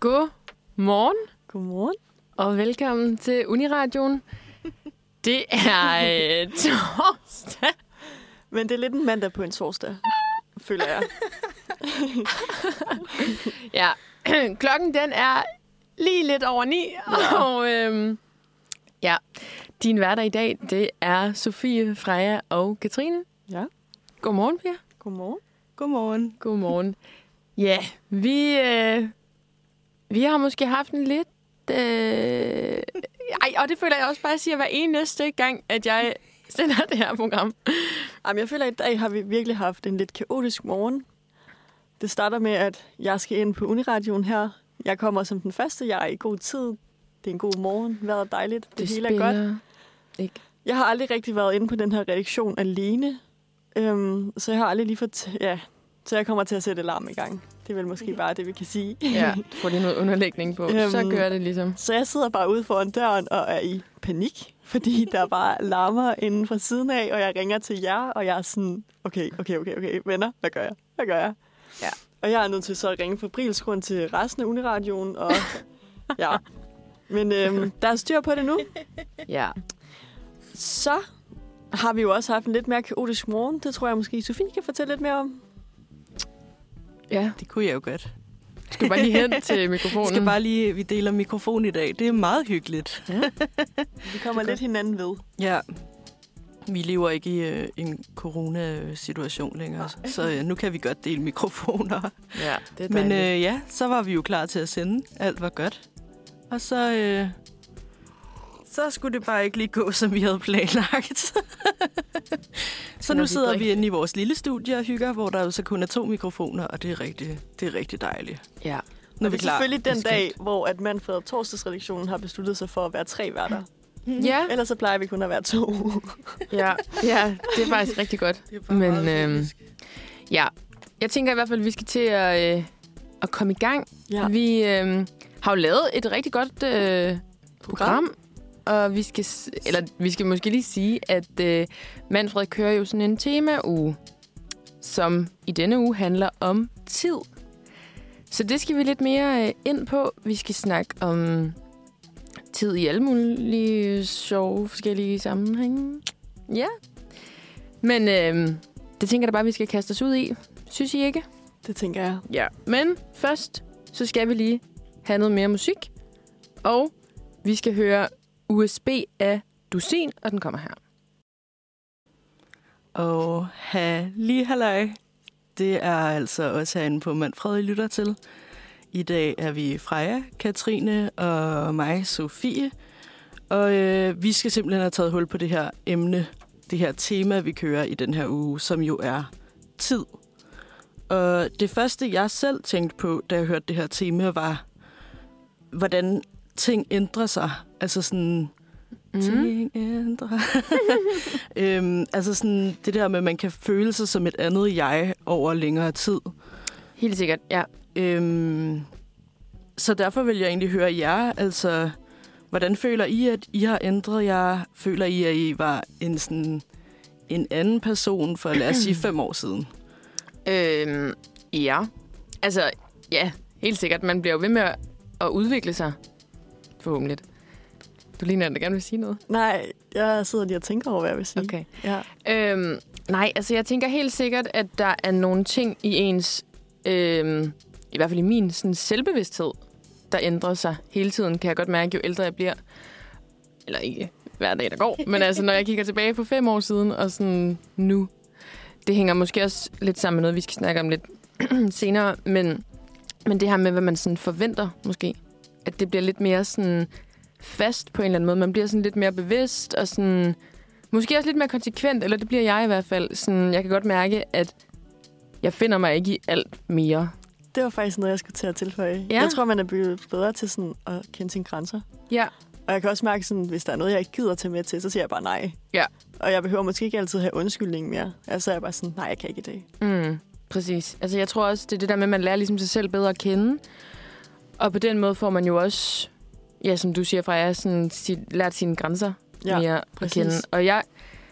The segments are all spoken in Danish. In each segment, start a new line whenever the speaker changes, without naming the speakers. God morgen
Godmorgen.
og velkommen til Uniradioen. Det er øh, torsdag.
Men det er lidt en mandag på en torsdag, føler jeg.
Ja, klokken den er lige lidt over ni. Ja. Og øhm, ja, din værter i dag, det er Sofie, Freja og Katrine.
Ja.
Godmorgen, Pia.
Godmorgen.
Godmorgen.
Godmorgen. Ja, vi, øh, vi har måske haft en lidt... Øh, ej, og det føler jeg også bare, at jeg siger hver eneste gang, at jeg sender det her program.
Jamen, jeg føler, at i dag har vi virkelig haft en lidt kaotisk morgen. Det starter med, at jeg skal ind på Uniradioen her. Jeg kommer som den første. Jeg er i god tid. Det er en god morgen. Vejret er dejligt. Det, det hele er godt.
Ikke.
Jeg har aldrig rigtig været inde på den her redaktion alene. Øhm, så jeg har aldrig lige fået... Ja, så jeg kommer til at sætte alarm i gang. Det er vel måske bare det, vi kan sige.
Ja, får lige noget underlægning på,
Øhm.
så gør det ligesom.
Så jeg sidder bare ude foran døren og er i panik, fordi der bare larmer inden fra siden af, og jeg ringer til jer, og jeg er sådan, okay, okay, okay, okay, venner, hvad gør jeg? Hvad gør jeg?
Ja.
Og jeg er nødt til så at ringe fabrilsgrund til resten af Uniradioen, og ja. Men øhm, der er styr på det nu.
Ja.
Så har vi jo også haft en lidt mere kaotisk morgen. Det tror jeg måske, Sofie kan fortælle lidt mere om.
Ja,
Det kunne jeg jo godt.
du skal bare lige hen til
Vi
mikrofonen.
skal bare lige, vi deler mikrofon i dag. Det er meget hyggeligt.
Vi kommer lidt hinanden ved.
Ja. Vi lever ikke i øh, en coronasituation længere, så øh, nu kan vi godt dele mikrofoner.
Ja, det er
Men
dejligt.
øh, ja, så var vi jo klar til at sende. Alt var godt. Og så, øh, så skulle det bare ikke lige gå, som vi havde planlagt.
Når
så nu
vi
sidder vi
drikker.
inde i vores lille studie og hygger, hvor der jo så kun er to mikrofoner, og det er rigtig, det er rigtig dejligt.
ja.
Nu er
Og det
vi
er
klar.
selvfølgelig den
Det er
dag, hvor at Manfred og Torsdagsredaktionen har besluttet sig for at være tre værter.
Ja,
Ellers så plejer vi kun at være to.
ja, ja, det er faktisk rigtig godt. Men øh, ja, jeg tænker i hvert fald, at vi skal til at, øh, at komme i gang.
ja.
Ja. Vi øh, har jo lavet et rigtig godt øh, program, og vi skal, s- eller, vi skal måske lige sige, at øh, Manfred kører jo sådan en temauge, som i denne uge handler om tid. Så det skal vi lidt mere øh, ind på. Vi skal snakke om tid i alle mulige sjove forskellige sammenhænge. Ja. Men øh, det tænker jeg da bare, vi skal kaste os ud i. Synes I ikke?
Det tænker jeg.
Ja. Men først, så skal vi lige have noget mere musik. Og vi skal høre USB af Dusin, og den kommer her.
Og halli halløj. Det er altså også herinde på Manfred, I lytter til. I dag er vi Freja, Katrine og mig, Sofie. Og øh, vi skal simpelthen have taget hul på det her emne, det her tema, vi kører i den her uge, som jo er tid. Og det første, jeg selv tænkte på, da jeg hørte det her tema, var, hvordan ting ændrer sig. Altså sådan,
Mm.
Mhm.
Ting ændrer. øhm, altså sådan det der med, at man kan føle sig som et andet jeg over længere tid.
Helt sikkert, ja.
Øhm, så derfor vil jeg egentlig høre jer, altså hvordan føler I, at I har ændret jer? Føler I, at I var en, sådan, en anden person for lad os sige fem år siden?
Øhm, ja. Altså, ja, helt sikkert. Man bliver jo ved med at- at udvikle sig. Forhåbentlig. Du ligner, at der gerne vil sige noget.
Nej, jeg sidder lige og tænker over, hvad jeg vil sige.
Okay.
Ja.
Øhm, nej, altså jeg tænker helt sikkert, at der er nogle ting i ens, øhm, i hvert fald i min sådan selvbevidsthed, der ændrer sig hele tiden, kan jeg godt mærke, jo ældre jeg bliver. Eller ikke hver dag, der går. Men altså, når jeg kigger tilbage på fem år siden og sådan nu, det hænger måske også lidt sammen med noget, vi skal snakke om lidt senere, men, men det her med, hvad man sådan forventer måske, at det bliver lidt mere sådan fast på en eller anden måde. Man bliver sådan lidt mere bevidst og sådan... Måske også lidt mere konsekvent, eller det bliver jeg i hvert fald. Sådan, jeg kan godt mærke, at jeg finder mig ikke i alt mere.
Det var faktisk noget, jeg skulle til at tilføje.
Ja.
Jeg tror, man er blevet bedre til sådan at kende sine grænser.
Ja.
Og jeg kan også mærke, sådan, hvis der er noget, jeg ikke gider tage med til, så siger jeg bare nej.
Ja.
Og jeg behøver måske ikke altid have undskyldning mere. Altså, jeg er bare sådan, nej, jeg kan ikke i dag.
Mm, præcis. Altså, jeg tror også, det er det der med, at man lærer ligesom sig selv bedre at kende. Og på den måde får man jo også, ja, som du siger, Freja, sådan, sit, lært sine grænser
Ja,
mere
præcis.
at kende. Og jeg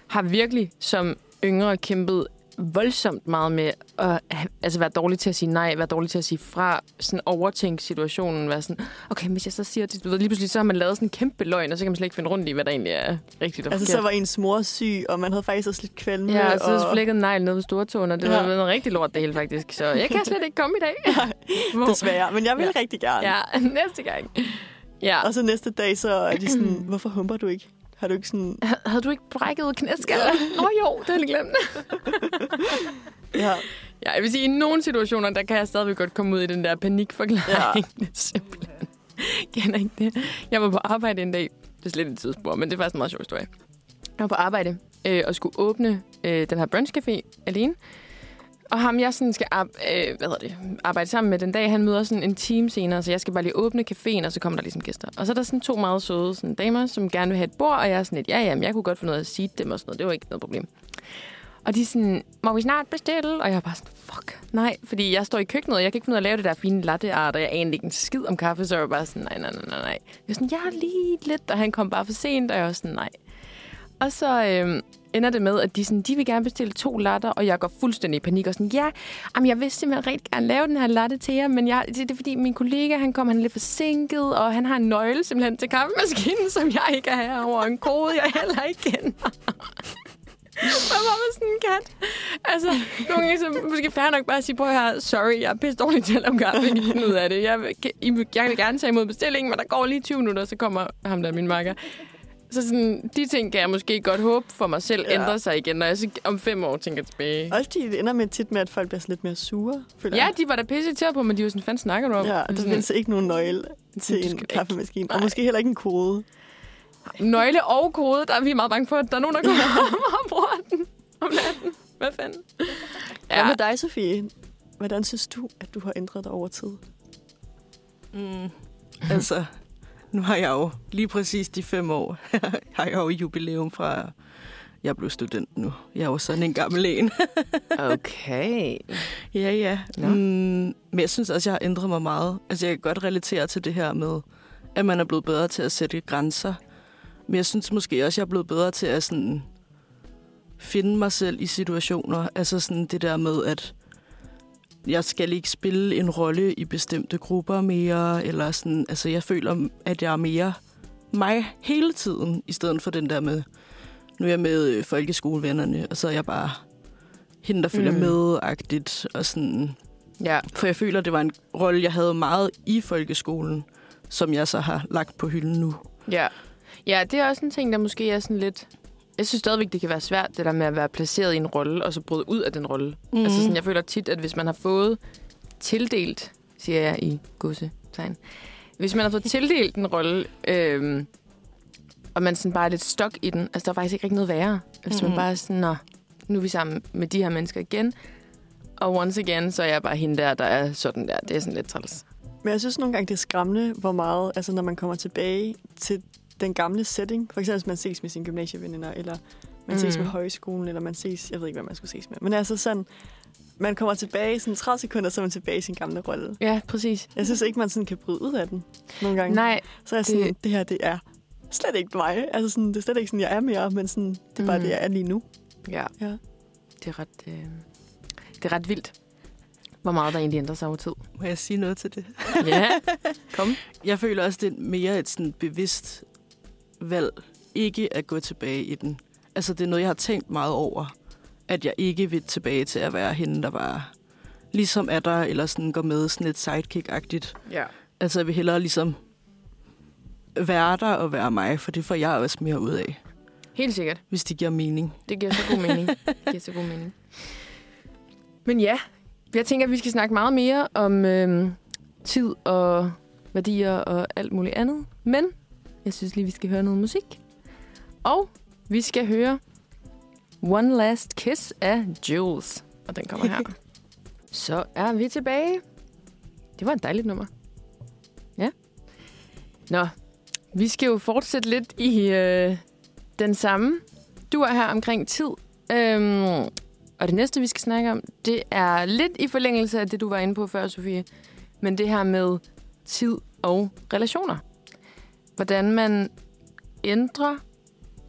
har virkelig som yngre kæmpet voldsomt meget med at have- altså, være dårlig til at sige nej, være dårlig til at sige fra, sådan overtænke situationen, være sådan, okay, hvis jeg så siger det, du ved, lige pludselig så har man lavet sådan en kæmpe løgn, og så kan man slet ikke finde rundt i, hvad der egentlig er rigtigt og
Altså,
forkert.
så var ens mor syg, og man havde faktisk også lidt kvalme.
Ja, og så
Øh, og...
flækkede negl ned på stortåen, og det
Ja.
var noget rigtig lort det hele faktisk. Så jeg kan slet ikke komme i dag. Hvor-
Desværre, men jeg ville ja. rigtig gerne. Ja.
Ja, næste gang. Ja.
Og så næste dag, så er de sådan, hvorfor humper du ikke? Har du ikke sådan...
Hav- Havde du ikke brækket knæskaller? Nå jo, det havde jeg glemt.
Ja,
Ja, jeg vil sige, i nogle situationer, der kan jeg stadigvæk godt komme ud i den der panikforklaring. Ja. Simpelthen. Kender ikke det. Jeg var på arbejde en dag. Det er slet et tidsspur, men det er faktisk en meget sjov historie. Jeg var på arbejde øh, og skulle åbne øh, den her brunchcafé alene. Og ham, jeg sådan skal ar- øh, hvad hedder det, arbejde sammen med den dag, han møder sådan en time senere, så jeg skal bare lige åbne caféen, og så kommer der ligesom gæster. Og så er der sådan to meget søde sådan, damer, som gerne vil have et bord, og jeg er sådan lidt, ja, ja, men jeg kunne godt få noget at sige dem og sådan noget. Det var ikke noget problem. Og de er sådan, må vi snart bestille? Og jeg er bare sådan, fuck, nej. Fordi jeg står i køkkenet, og jeg kan ikke finde ud af at lave det der fine latteart, og jeg aner ikke en skid om kaffe, så jeg var bare sådan, nej, nej, nej, nej, nej. Jeg er sådan, jeg er lige lidt, og han kom bare for sent, og jeg var sådan, nej. Og så øhm, ender det med, at de, sådan, de vil gerne bestille to latter, og jeg går fuldstændig i panik og sådan, ja, jamen, jeg vil simpelthen rigtig gerne lave den her latte til jer, men jeg, det, det er fordi min kollega, han kom, han er lidt forsinket, og han har en nøgle simpelthen til kaffemaskinen, som jeg ikke er herover, og en kode, jeg heller ikke kender. Hvad var med sådan en kat? Altså, nogle gange så måske fair nok bare at sige, prøv her, sorry, jeg er pisse dårlig til at lave kaffe, jeg kan ikke finde ud af det. Jeg, vil- I vil- jeg vil gerne tage imod bestillingen, men der går lige 20 minutter, så kommer ham der, min makker. Så sådan, de ting kan jeg måske godt håbe for mig selv ja.
Ja.
ændrer sig igen, når jeg så om fem år tænker tilbage.
også de ender med tit med, at folk bliver sådan lidt mere sure, føler
Ja,
jeg.
de var da pisse til på, men de var sådan, fanden snakker du om?
Ja, der
sådan,
findes ikke nogen nøgle
Du
til
skal
en
ikke.
kaffemaskine.
Nej.
Og måske heller ikke en kode.
nøgle og kode, der er vi meget bange for, at der er nogen, der kommer og bruger den om natten. Hvad fanden?
Hvad med dig, Sofie? Hvordan synes du, at du har ændret dig over tid?
Mm. Altså, nu har jeg jo lige præcis de fem år, har jeg jo jubilæum fra, jeg blev student nu. Jeg er jo sådan en gammel en.
Okay.
Ja, ja.
Nå.
Mm, men jeg synes også, jeg har ændret mig meget. Altså, jeg kan godt relatere til det her med, at man er blevet bedre til at sætte grænser. Men jeg synes måske også, jeg er blevet bedre til at sådan, finde mig selv i situationer. Altså sådan det der med, at jeg skal ikke spille en rolle i bestemte grupper mere, eller sådan, altså jeg føler, at jeg er mere mig hele tiden, i stedet for den der med, nu er jeg med øh, folkeskolevennerne, og så er jeg bare hende, der følger
Mm.
mm. med-agtigt, og sådan,
Ja,
for jeg føler, det var en rolle, jeg havde meget i folkeskolen, som jeg så har lagt på hylden nu.
Ja. ja, det er også en ting, der måske er sådan lidt... Jeg synes stadigvæk, det kan være svært, det der med at være placeret i en rolle, og så bryde ud af den rolle. Mm. Altså sådan, jeg føler tit, at hvis man har fået tildelt, siger jeg i godsetegn, hvis man har fået tildelt en rolle, øhm, og man sådan bare er lidt stok i den, altså der er faktisk ikke rigtig noget værre. Hvis mm. man
Mhm.
bare er sådan, Nå, nu er vi sammen med de her mennesker igen, og once again, så er jeg bare hende der, der er sådan der. Det er sådan lidt træls.
Men jeg synes nogle gange, det er skræmmende, hvor meget, altså når man kommer tilbage til den gamle setting, for eksempel hvis man ses med sine gymnasieveninder, eller man ses
Mm.
med højskolen, eller man ses, jeg ved ikke, hvad man skulle ses med, men altså sådan, man kommer tilbage, sådan 30 sekunder, så er man tilbage i sin gamle rolle.
Ja, præcis.
Jeg synes ikke, man sådan kan bryde ud af den nogle gange.
Nej,
så er jeg sådan,
det-
det, det her, det er slet ikke mig. Altså sådan, det er slet ikke sådan, jeg er mere, men sådan, det er bare
Mm.
det, jeg er lige nu.
Ja.
Ja.
Det er ret, øh, det er ret vildt, hvor meget der egentlig ændrer sig over tid.
Må jeg sige noget til det?
ja, kom.
Jeg føler også, det er mere et sådan bevidst valg, ikke at gå tilbage i den. Altså, det er noget, jeg har tænkt meget over, at jeg ikke vil tilbage til at være hende, der var ligesom er der, eller sådan går med sådan lidt sidekick-agtigt.
Ja.
Altså, jeg vil hellere ligesom være der og være mig, for det får jeg også mere ud af,
Helt sikkert.
hvis det giver mening.
Det giver så god mening. Det giver så god mening. Men ja, jeg tænker, at vi skal snakke meget mere om øh, tid og værdier og alt muligt andet. Men jeg synes lige, vi skal høre noget musik. Og vi skal høre One Last Kiss af Jules. Og den kommer her. Så er vi tilbage. Det var et dejligt nummer. Ja. Nå, vi skal jo fortsætte lidt i øh, den samme dur her omkring tid. Øhm, og det næste, vi skal snakke om, det er lidt i forlængelse af det, du var inde på før, Sofie. Men det her med tid og relationer. Hvordan man ændrer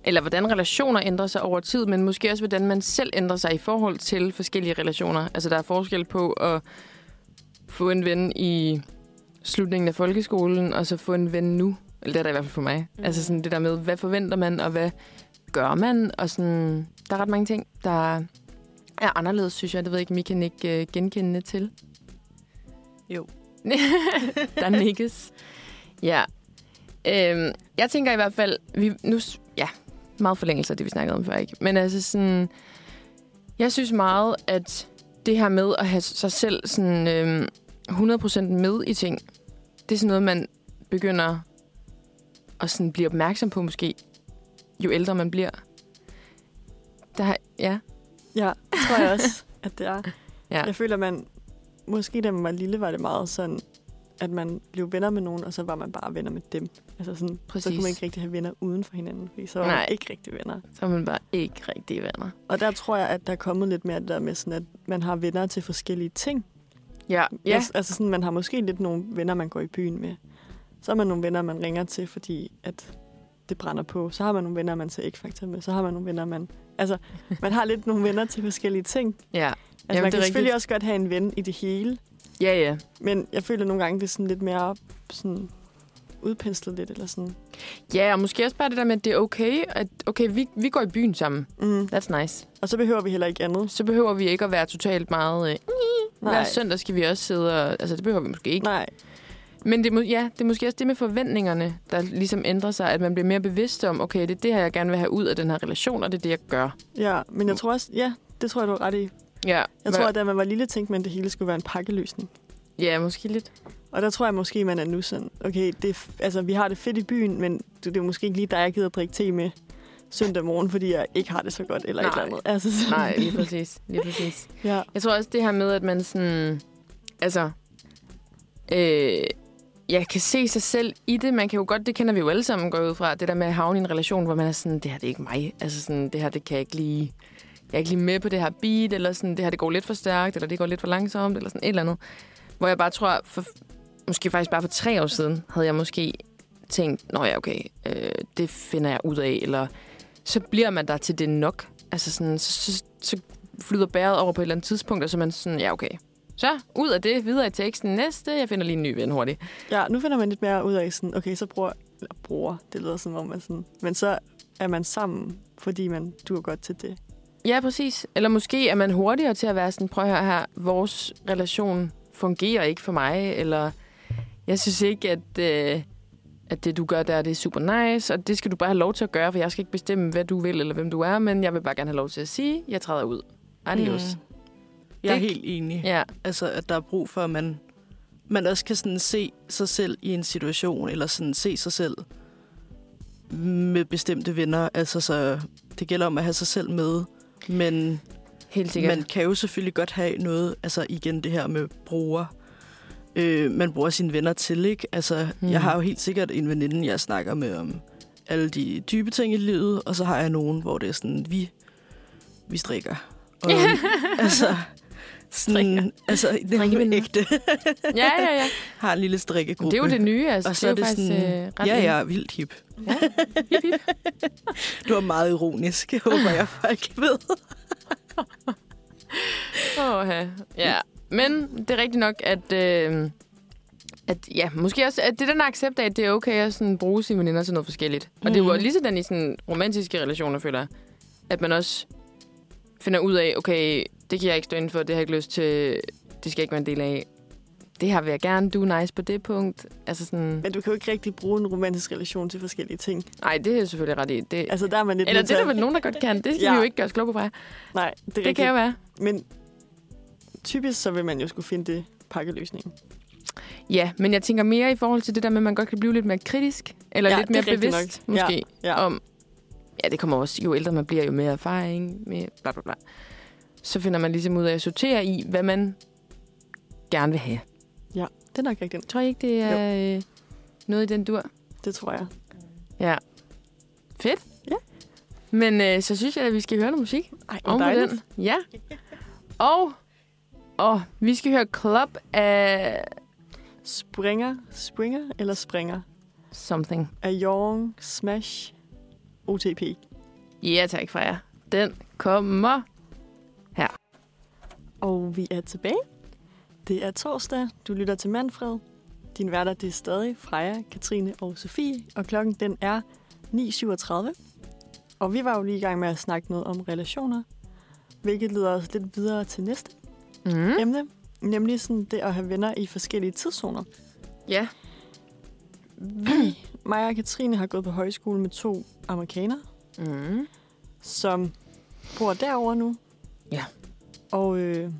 eller hvordan relationer ændrer sig over tid, men måske også, hvordan man selv ændrer sig i forhold til forskellige relationer. Altså, der er forskel på at få en ven i slutningen af folkeskolen, og så få en ven nu. Eller det er der i hvert fald for mig. Mm. Altså sådan det der med, hvad forventer man, og hvad gør man? Og sådan, der er ret mange ting, der er anderledes, synes jeg. Det ved jeg ikke, om I kan ikke øh, genkende til.
Jo.
der nikkes. Ja. Øhm, jeg tænker i hvert fald, vi, nu, s- ja, meget forlængelse af det, vi snakkede om før, ikke? Men altså sådan, jeg synes meget, at det her med at have sig selv sådan, øhm, 100% med i ting, det er sådan noget, man begynder at sådan blive opmærksom på måske, jo ældre man bliver. Der, har- ja,
Ja, det tror jeg også, at det er.
Ja.
Ja. Jeg føler, man... Måske da man var lille, var det meget sådan, at man blev venner med nogen, og så var man bare venner med dem. Altså sådan, Præcis. så
Præcis.
kunne man ikke rigtig have venner uden for hinanden, fordi så var
Nej.
man ikke rigtig venner.
så er man bare ikke rigtig venner.
Og der tror jeg, at der er kommet lidt mere det der med sådan, at man har venner til forskellige ting.
Ja, ja.
Yes, altså sådan, man har måske lidt nogle venner, man går i byen med. Så har man nogle venner, man ringer til, fordi at det brænder på. Så har man nogle venner, man ser X-Factor med. Så har man nogle venner, man... Altså, man har lidt nogle venner til forskellige ting.
ja.
Altså,
Jamen,
Jamen, man
det
kan
er
selvfølgelig
rigtigt.
også godt have en ven i det hele,
Ja, ja.
men jeg føler nogle gange, det er sådan lidt mere sådan udpenslet lidt, eller sådan.
Ja, og måske også bare det der med, at det er okay, at okay, vi, vi går i byen sammen.
Mm.
That's nice.
Og så behøver vi heller ikke andet.
Så behøver vi ikke at være totalt meget... Øh, hver søndag skal vi også sidde og... Altså, det behøver vi måske ikke.
Nej,
Men det, er må- ja, det er måske også det med forventningerne, der ligesom ændrer sig. At man bliver mere bevidst om, okay, det er det her, jeg gerne vil have ud af den her relation, og det er det, jeg gør.
ja, men
Mm.
jeg tror også, ja, det tror jeg, du er ret i.
Ja,
Jeg
Hva-
tror, at da man var lille, tænkte man, at det hele skulle være en pakkeløsning.
ja måske lidt.
Og der tror jeg måske, man er nu sådan, okay, det, er f- altså, vi har det fedt i byen, men det, det er måske ikke lige dig, jeg gider at drikke te med søndag morgen, fordi jeg ikke har det så godt, eller
Nej.
et eller andet. Altså, sådan.
Nej, lige præcis. Lige præcis.
Ja.
Jeg tror også det her med, at man sådan... Altså... Øh, jeg kan se sig selv i det. Man kan jo godt, det kender vi jo alle sammen, går jeg ud fra. Det der med at havne i en relation, hvor man er sådan, det her det er ikke mig. Altså sådan, det her det kan jeg ikke lige... Jeg er ikke lige med på det her beat, eller sådan, det her det går lidt for stærkt, eller det går lidt for langsomt, eller sådan et eller andet. Hvor jeg bare tror, for, måske faktisk bare for tre år siden, havde jeg måske tænkt, nå ja, okay, øh, det finder jeg ud af, eller så bliver man der til det nok. Altså sådan, så, så, så flyder bæret over på et eller andet tidspunkt, og så er man sådan, ja okay. Så ud af det, videre i teksten. Næste, jeg finder lige en ny ven hurtigt.
Ja, nu finder man lidt mere ud af sådan, okay, så bruger, eller bruger, det lyder som om, man sådan, men så er man sammen, fordi man dur godt til det.
Ja, præcis. Eller måske er man hurtigere til at være sådan, prøv at høre her, vores relation fungerer ikke for mig, eller jeg synes ikke, at, øh, at det, du gør der, det er super nice, og det skal du bare have lov til at gøre, for jeg skal ikke bestemme, hvad du vil, eller hvem du er, men jeg vil bare gerne have lov til at sige, jeg træder ud. Adios. Mm.
Jeg er
Det-
helt enig.
Ja,
Altså, at der er brug for, at man, man også kan sådan se sig selv i en situation, eller sådan se sig selv med bestemte venner. Altså, så det gælder om at have sig selv med, men
helt sikkert.
man kan jo selvfølgelig godt have noget, altså igen det her med bruger. Øh, man bruger sine venner til, ikke? Altså,
Mm.
mm. jeg har jo helt sikkert en veninde, jeg snakker med om alle de dybe ting i livet, og så har jeg nogen, hvor det er sådan, vi, vi strikker. Og, altså, sådan, altså, det er jo
Strikkeveninder.
ægte.
Ja, ja, ja.
har en lille strikkegruppe.
Det er jo det nye, altså.
Og så er det,
faktisk
sådan,
øh, ret
ja, ja, vildt hip.
Hip, hip.
Du var meget ironisk, jeg håber jeg folk ved.
Åh, ja. Men det er rigtigt nok, at, øh, at ja, måske også, at det er den accept af, at det er okay at sådan, bruge sine veninder til noget forskelligt. Og det er jo
Mm.
Mhm.
lige sådan i sådan romantiske relationer, føler jeg, at man også finder ud af, okay, det kan jeg ikke stå inden for, det har jeg ikke lyst til, det skal jeg ikke være en del af. Det her vil jeg gerne, du er nice på det punkt. Altså sådan,
Men du kan jo ikke rigtig bruge en romantisk relation til forskellige ting.
nej, det er jeg selvfølgelig ret i. Det,
Altså, der er man lidt...
eller
nødt
det
til
er der
at-
vel nogen, der godt kan. Det skal ja.
Ja.
vi jo ikke gøre os kloge på fra.
Nej, det, er
Det kan jo være.
Men typisk så vil man jo skulle finde det pakkeløsning.
Ja, men jeg tænker mere i forhold til det der med, at man godt kan blive lidt mere kritisk, eller
Ja,
lidt
det er
mere
rigtigt
bevidst
nok.
måske,
Ja.
om... Ja, det kommer også. Jo ældre man bliver, jo mere erfaring, mere bla bla bla. Så finder man ligesom ud af at sortere i, hvad man gerne vil have.
Det er nok rigtigt.
Tror I ikke, det er øh, noget i den dur?
Det tror jeg.
Fedt.
Ja.
Men øh, så synes jeg, at vi skal høre noget musik.
Ej,
Oven på den. Ja. Og, og vi skal høre Club af
Springer, springer eller springer
Something.
af Jorgen Smash OTP.
Ja, tak fra jer. Den kommer.
Og vi er tilbage. Det er torsdag. Du lytter til Manfred. Din værter, det er stadig Freja, Katrine og Sofie. Og klokken, den er 9.37. Og vi var jo lige i gang med at snakke noget om relationer. Hvilket leder os lidt videre til næste
Mm.
emne. Nemlig sådan det at have venner i forskellige tidszoner.
Ja.
Vi, mig og Katrine, har gået på højskole med to amerikanere,
Mm.
som bor derovre nu.
Ja.
Og øh,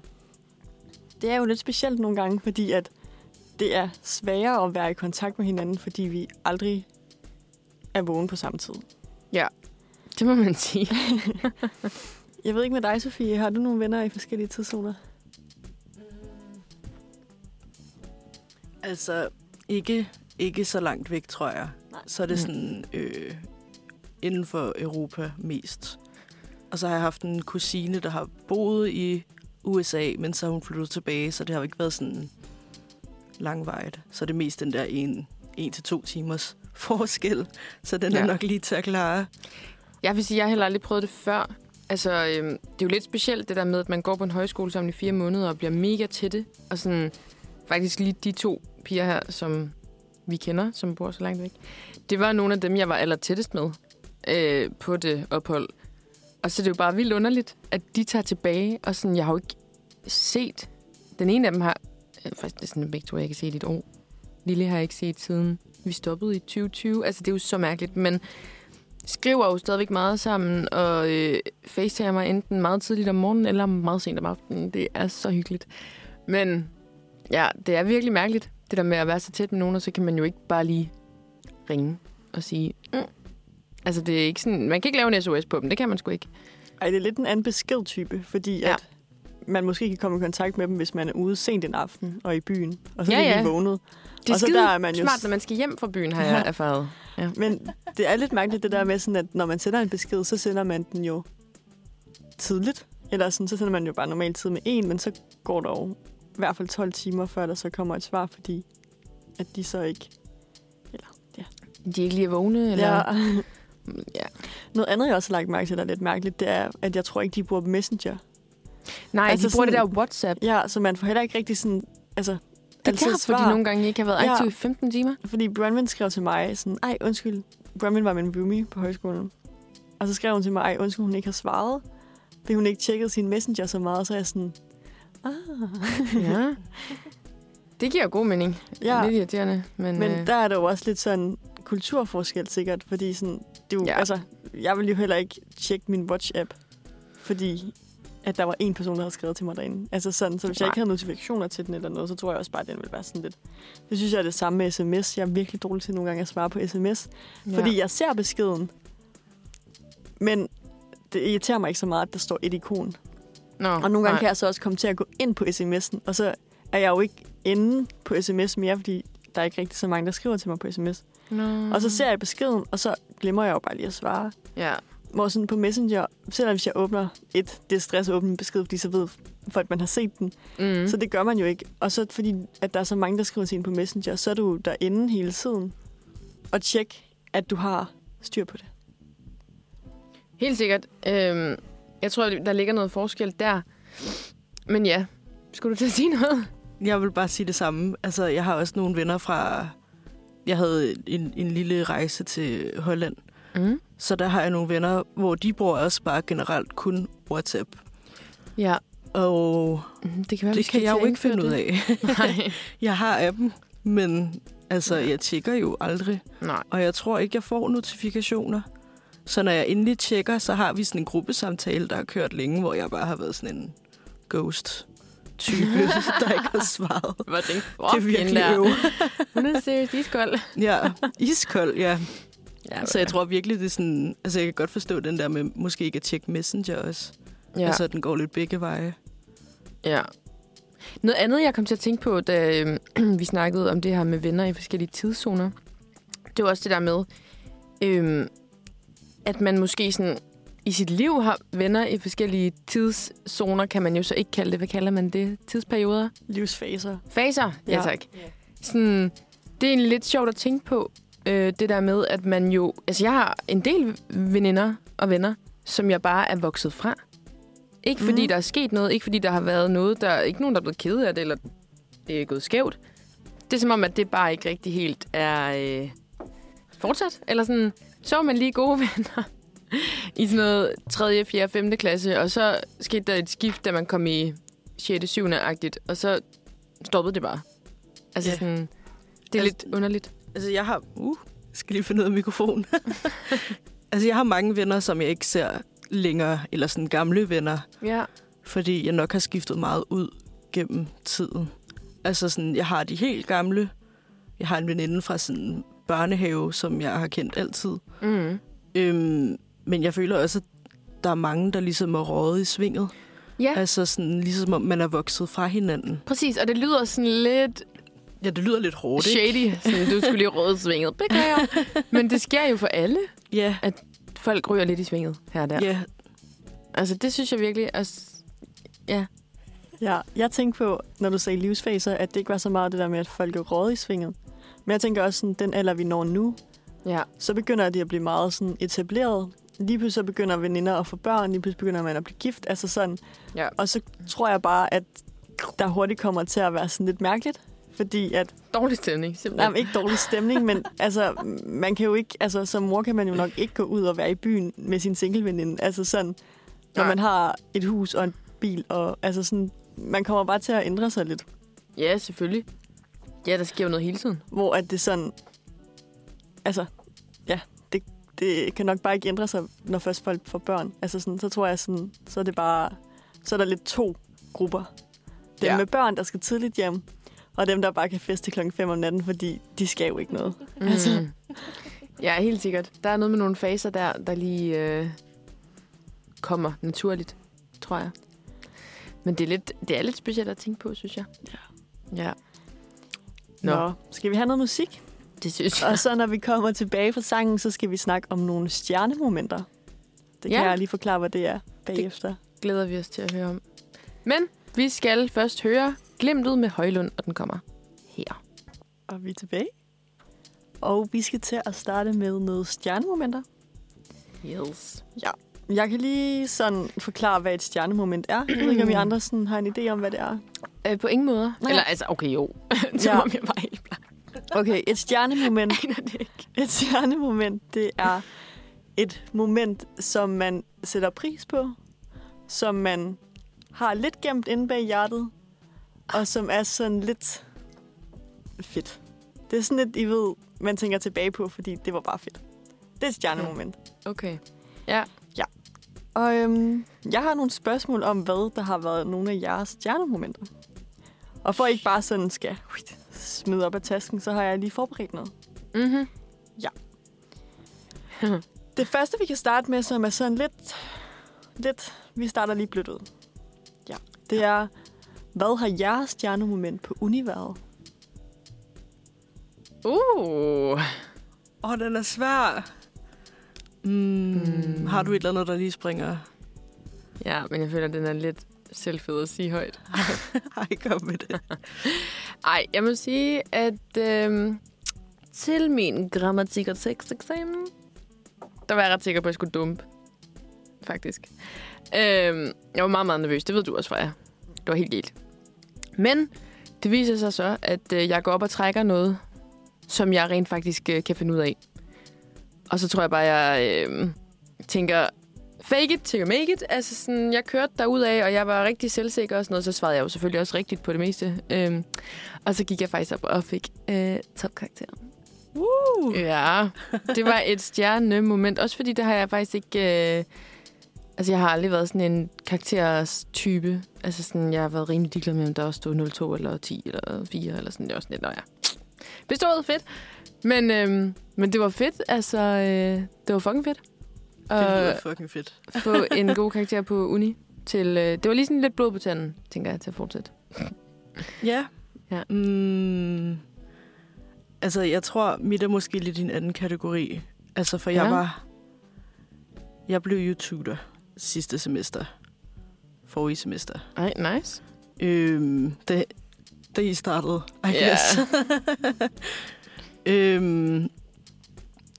det er jo lidt specielt nogle gange, fordi at det er sværere at være i kontakt med hinanden, fordi vi aldrig er vågne på samme tid.
Det må man sige.
Jeg ved ikke med dig, Sofie. Har du nogle venner i forskellige tidszoner?
Altså, ikke, ikke så langt væk, tror jeg.
Nej.
Så er det
Mm.
sådan øh, inden for Europa mest. Og så har jeg haft en kusine, der har boet i USA, men så er hun flyttet tilbage, så det har jo ikke været sådan langvejt. Så er det mest den der en, en til to timers forskel, så den ja.
Ja.
er nok lige til at klare.
Jeg vil sige, jeg har heller aldrig prøvet det før. Altså, øhm, det er jo lidt specielt, det der med, at man går på en højskole sammen i fire måneder og bliver mega tætte. Og sådan, faktisk lige de to piger her, som vi kender, som bor så langt væk. Det var nogle af dem, jeg var aller tættest med øh, på det ophold. Og så er det jo bare vildt underligt, at de tager tilbage, og sådan, jeg har jo ikke set... Den ene af dem har... øh, Faktisk, det er sådan begge to, jeg ikke har set i et år. Lille har jeg ikke set siden vi stoppede i 2020. Altså, det er jo så mærkeligt, men skriver jo stadigvæk meget sammen, og øh, facetager mig enten meget tidligt om morgenen, eller meget sent om aftenen. Det er så hyggeligt. Men ja, det er virkelig mærkeligt, det der med at være så tæt med nogen, og så kan man jo ikke bare lige ringe og sige, mm. Altså, det er ikke sådan, man kan ikke lave en SOS på dem, det kan man sgu ikke.
Ej, det er lidt en anden beskedtype, fordi ja.
Ja.
at man måske kan komme i kontakt med dem, hvis man er ude sent en aften og i byen, og så
Ja,
er de
ja.
lige vågnet.
Det er
Og så
skide
der er man jo
smart,
s-
når man skal hjem fra byen, har jeg erfaret.
Men det er lidt mærkeligt det der med, sådan, at når man sender en besked, så sender man den jo tidligt. Eller sådan, så sender man jo bare normal tid med en, men så går der jo i hvert fald 12 timer, før der så kommer et svar, fordi at de så ikke...
De er ikke lige vågne, eller... Mm,
Ja.
ja.
Noget andet, jeg også har lagt mærke til, der er lidt mærkeligt, det er, at jeg tror ikke, de bruger Messenger.
Nej, altså,
Altså
de bruger
sådan-
det der WhatsApp.
Ja, så man får heller ikke rigtig sådan... Altså,
Det er derfor, de nogle gange ikke har været
Ja.
aktive i 15 timer.
Fordi Bronwyn skrev til mig sådan, ej undskyld, Bronwyn var min roomie på højskolen. Og så skrev hun til mig, ej undskyld, hun ikke har svaret. Fordi hun ikke tjekkede sin messenger så meget, så er jeg sådan, "Ah,
Ja. Det giver jo god mening. Ja.
ja.
Lidt irriterende, men...
Men
øh,
der er der jo også lidt sådan kulturforskel sikkert, fordi sådan, det er jo, ja.
Ja.
altså, jeg ville jo heller ikke tjekke min WhatsApp, fordi at der var en person, der havde skrevet til mig derinde. Altså sådan, så hvis jeg
Nej.
ikke havde notifikationer til den eller noget, så tror jeg også bare, at den ville være sådan lidt. Det synes jeg er det samme med sms. Jeg er virkelig dårlig til nogle gange at svare på sms. Ja. Fordi jeg ser beskeden. Men det irriterer mig ikke så meget, at der står et ikon.
Nå,
Og nogle gange
nej.
kan jeg så også komme til at gå ind på sms'en, og så er jeg jo ikke inde på sms mere, fordi der er ikke rigtig så mange, der skriver til mig på sms.
Nå.
Og så ser jeg beskeden, og så glemmer jeg jo bare lige at svare.
Ja,
Hvor sådan på Messenger, selvom hvis jeg åbner et, det er stress at åbne en besked, fordi så ved folk, man har set den.
mm.
Mm. Så
så
det gør man jo ikke. Og så fordi, at der er så mange, der skriver til en på Messenger, så er du derinde hele tiden. Og tjek, at du har styr på det.
helt sikkert. Øhm, jeg tror, der ligger noget forskel der. Men ja, skulle du til at sige noget?
Jeg vil bare sige det samme. Altså, jeg har også nogle venner fra... Jeg havde en, en lille rejse til Holland,
Mm.
Så der har jeg nogle venner, hvor de bruger også bare generelt kun WhatsApp.
Ja,
Og
Mm, det kan være, vi
det
skal
kan
til
jeg
at
jo ikke finde
indføre
ud
det.
af.
Nej.
Jeg har appen, men altså, jeg tjekker jo aldrig.
Nej.
Og jeg tror ikke, jeg får notifikationer. Så når jeg endelig tjekker, så har vi sådan en gruppesamtale, der har kørt længe, hvor jeg bare har været sådan en ghost-type, der ikke har svaret.
Hvor jeg tænkte,
Det er virkelig øv.
Hun er seriøst iskold.
Ja, iskold, ja.
Ja,
Så jeg tror virkelig, det er sådan... Altså, jeg kan godt forstå den der med måske ikke at tjekke Messenger også.
ja.
Ja. Altså, den går lidt begge veje.
Ja. Noget andet, jeg kom til at tænke på, da øhm, vi snakkede om det her med venner i forskellige tidszoner, det var også det der med, øhm, at man måske sådan i sit liv har venner i forskellige tidszoner, kan man jo så ikke kalde det. Hvad kalder man det? Tidsperioder?
Livsfaser.
Faser? Ja,
Ja.
ja tak. Sådan, det er egentlig lidt sjovt at tænke på, øh, det der med, at man jo... Altså, jeg har en del veninder og venner, som jeg bare er vokset fra. Ikke fordi
Mm.
mm. der er sket noget, ikke fordi der har været noget, der ikke nogen, der er blevet ked af det, eller det er gået skævt. Det er som om, at det bare ikke rigtig helt er øh, fortsat. Eller sådan, så var man lige gode venner i sådan noget 3., 4., 5. klasse, og så skete der et skift, da man kom i 6., 7. agtigt, og så stoppede det bare. Altså
Ja.
yeah. sådan, det er
Altså-
lidt underligt.
Altså, jeg har... Uh, jeg skal lige finde ud af mikrofonen. altså, jeg har mange venner, som jeg ikke ser længere, eller sådan gamle venner,
Ja.
fordi jeg nok har skiftet meget ud gennem tiden. Altså, sådan, jeg har de helt gamle. Jeg har en veninde fra sådan børnehave, som jeg har kendt altid.
Mm.
Øhm, men jeg føler også, at der er mange, der ligesom er røget i svinget.
Ja,
Altså sådan, ligesom om man er vokset fra hinanden.
præcis. Og det lyder sådan lidt
Ja, det lyder lidt hårdt, ikke?
shady. Sådan, du skulle lige råde svinget. Beklager. Men det sker jo for alle.
Ja,
Folk ryger lidt i svinget her og der.
ja.
Altså, det synes jeg virkelig... Altså,
Ja, jeg tænkte på, når du sagde livsfaser, at det ikke var så meget det der med, at folk er råd i svinget. Men jeg tænker også, sådan, den alder, vi når nu,
ja.
så begynder de at blive meget sådan etableret. Lige pludselig så begynder veninder at få børn, lige pludselig begynder man at blive gift, altså sådan.
Ja.
Og så tror jeg bare, at der hurtigt kommer til at være sådan lidt mærkeligt, fordi at,
Dårlig stemning,
nej,
simpelthen.
men ikke dårlig stemning, men altså, man kan jo ikke, altså som mor kan man jo nok ikke gå ud og være i byen med sin singleveninde, altså sådan, når
Nej.
man har et hus og en bil, og altså sådan, man kommer bare til at ændre sig lidt.
Ja, selvfølgelig. Ja, der sker jo noget hele tiden.
hvor at det sådan, altså, ja, det, det kan nok bare ikke ændre sig, når først folk får børn. Altså sådan, så tror jeg sådan, så er det bare, så er der lidt to grupper. Dem
Ja.
ja. med børn, der skal tidligt hjem, og dem, der bare kan feste klokken 5 om natten, fordi de skal jo ikke noget.
Mm. Altså. Ja, helt sikkert. Der er noget med nogle faser der, der lige øh, kommer naturligt, tror jeg. Men det er, lidt, det er lidt specielt at tænke på, synes jeg. Ja. Ja, Nå.
skal vi have noget musik?
det synes jeg.
Og så når vi kommer tilbage fra sangen, så skal vi snakke om nogle stjernemomenter. Det kan
Ja.
ja. jeg lige forklare, hvad det er bagefter.
glæder vi os til at høre om. Men vi skal først høre Glimt ud med Højlund, og den kommer her.
Og vi er tilbage. Og vi skal til at starte med noget stjernemomenter.
Yes.
Jeg kan lige sådan forklare, hvad et stjernemoment er. Jeg ved ikke, om I andre sådan har en idé om, hvad det er.
Øh, på ingen måde.
Nej.
Eller altså, okay jo. Som
Ja.
om jeg var helt blank.
Okay, et stjernemoment,
aner det ikke.
et stjernemoment, det er et moment, som man sætter pris på, som man har lidt gemt inde bag hjertet, og som er sådan lidt fedt. Det er sådan lidt, I ved, man tænker tilbage på, fordi det var bare fedt. Det er et stjernemoment.
Okay.
Og øhm, jeg har nogle spørgsmål om, hvad der har været nogle af jeres stjernemomenter. Og for at I ikke bare sådan skal huit, smide op af tasken, så har jeg lige forberedt noget.
Mm-hmm.
Det første, vi kan starte med, som er sådan lidt... lidt vi starter lige blødt ud. Ja, det er, hvad har jeres stjernemoment på uni været?
Uh.
Åh, oh, den er svær. Mm, mm. Har du et eller andet, der lige springer?
Ja, men jeg føler, den er lidt selvfed at sige højt.
Ej, kom med det.
Ej, jeg må sige, at øhm, til min grammatik- og teksteksamen, der var jeg ret sikker på, at jeg skulle dumpe. Faktisk. Øhm, jeg var meget, meget nervøs. Det ved du også, Freja. Det var helt galt. Men det viser sig så, at øh, jeg går op og trækker noget, som jeg rent faktisk øh, kan finde ud af. Og så tror jeg bare, jeg øh, tænker, fake it till you make it. Altså sådan, jeg kørte derudad, og jeg var rigtig selvsikker og sådan noget. Så svarede jeg jo selvfølgelig også rigtigt på det meste. Øhm, og så gik jeg faktisk op og fik øh, topkarakter.
Woo!
Ja, det var et stjernemoment. Også fordi det har jeg faktisk ikke... Øh, altså, jeg har aldrig været sådan en karakterstype. Altså, sådan, jeg har været rimelig ligeglad med, om der også stod 02 eller 10 eller 4 eller sådan. Det er også lidt, når jeg bestået fedt. Men, øhm, men det var fedt. Altså, øh, det var fucking fedt.
Det
Øh,
lyder fucking fedt.
Og få en god karakter på uni. Til, øh, det var lige sådan lidt blod på tanden, tænker jeg, til at fortsætte.
Ja.
Ja.
Mm, altså, jeg tror, mit er måske lidt i en anden kategori. Altså, for
Ja.
jeg var... Jeg blev jo tutor sidste semester. Forrige semester.
Ej, nice.
Øhm, da, da I startede, I
Ja.
guess. øhm,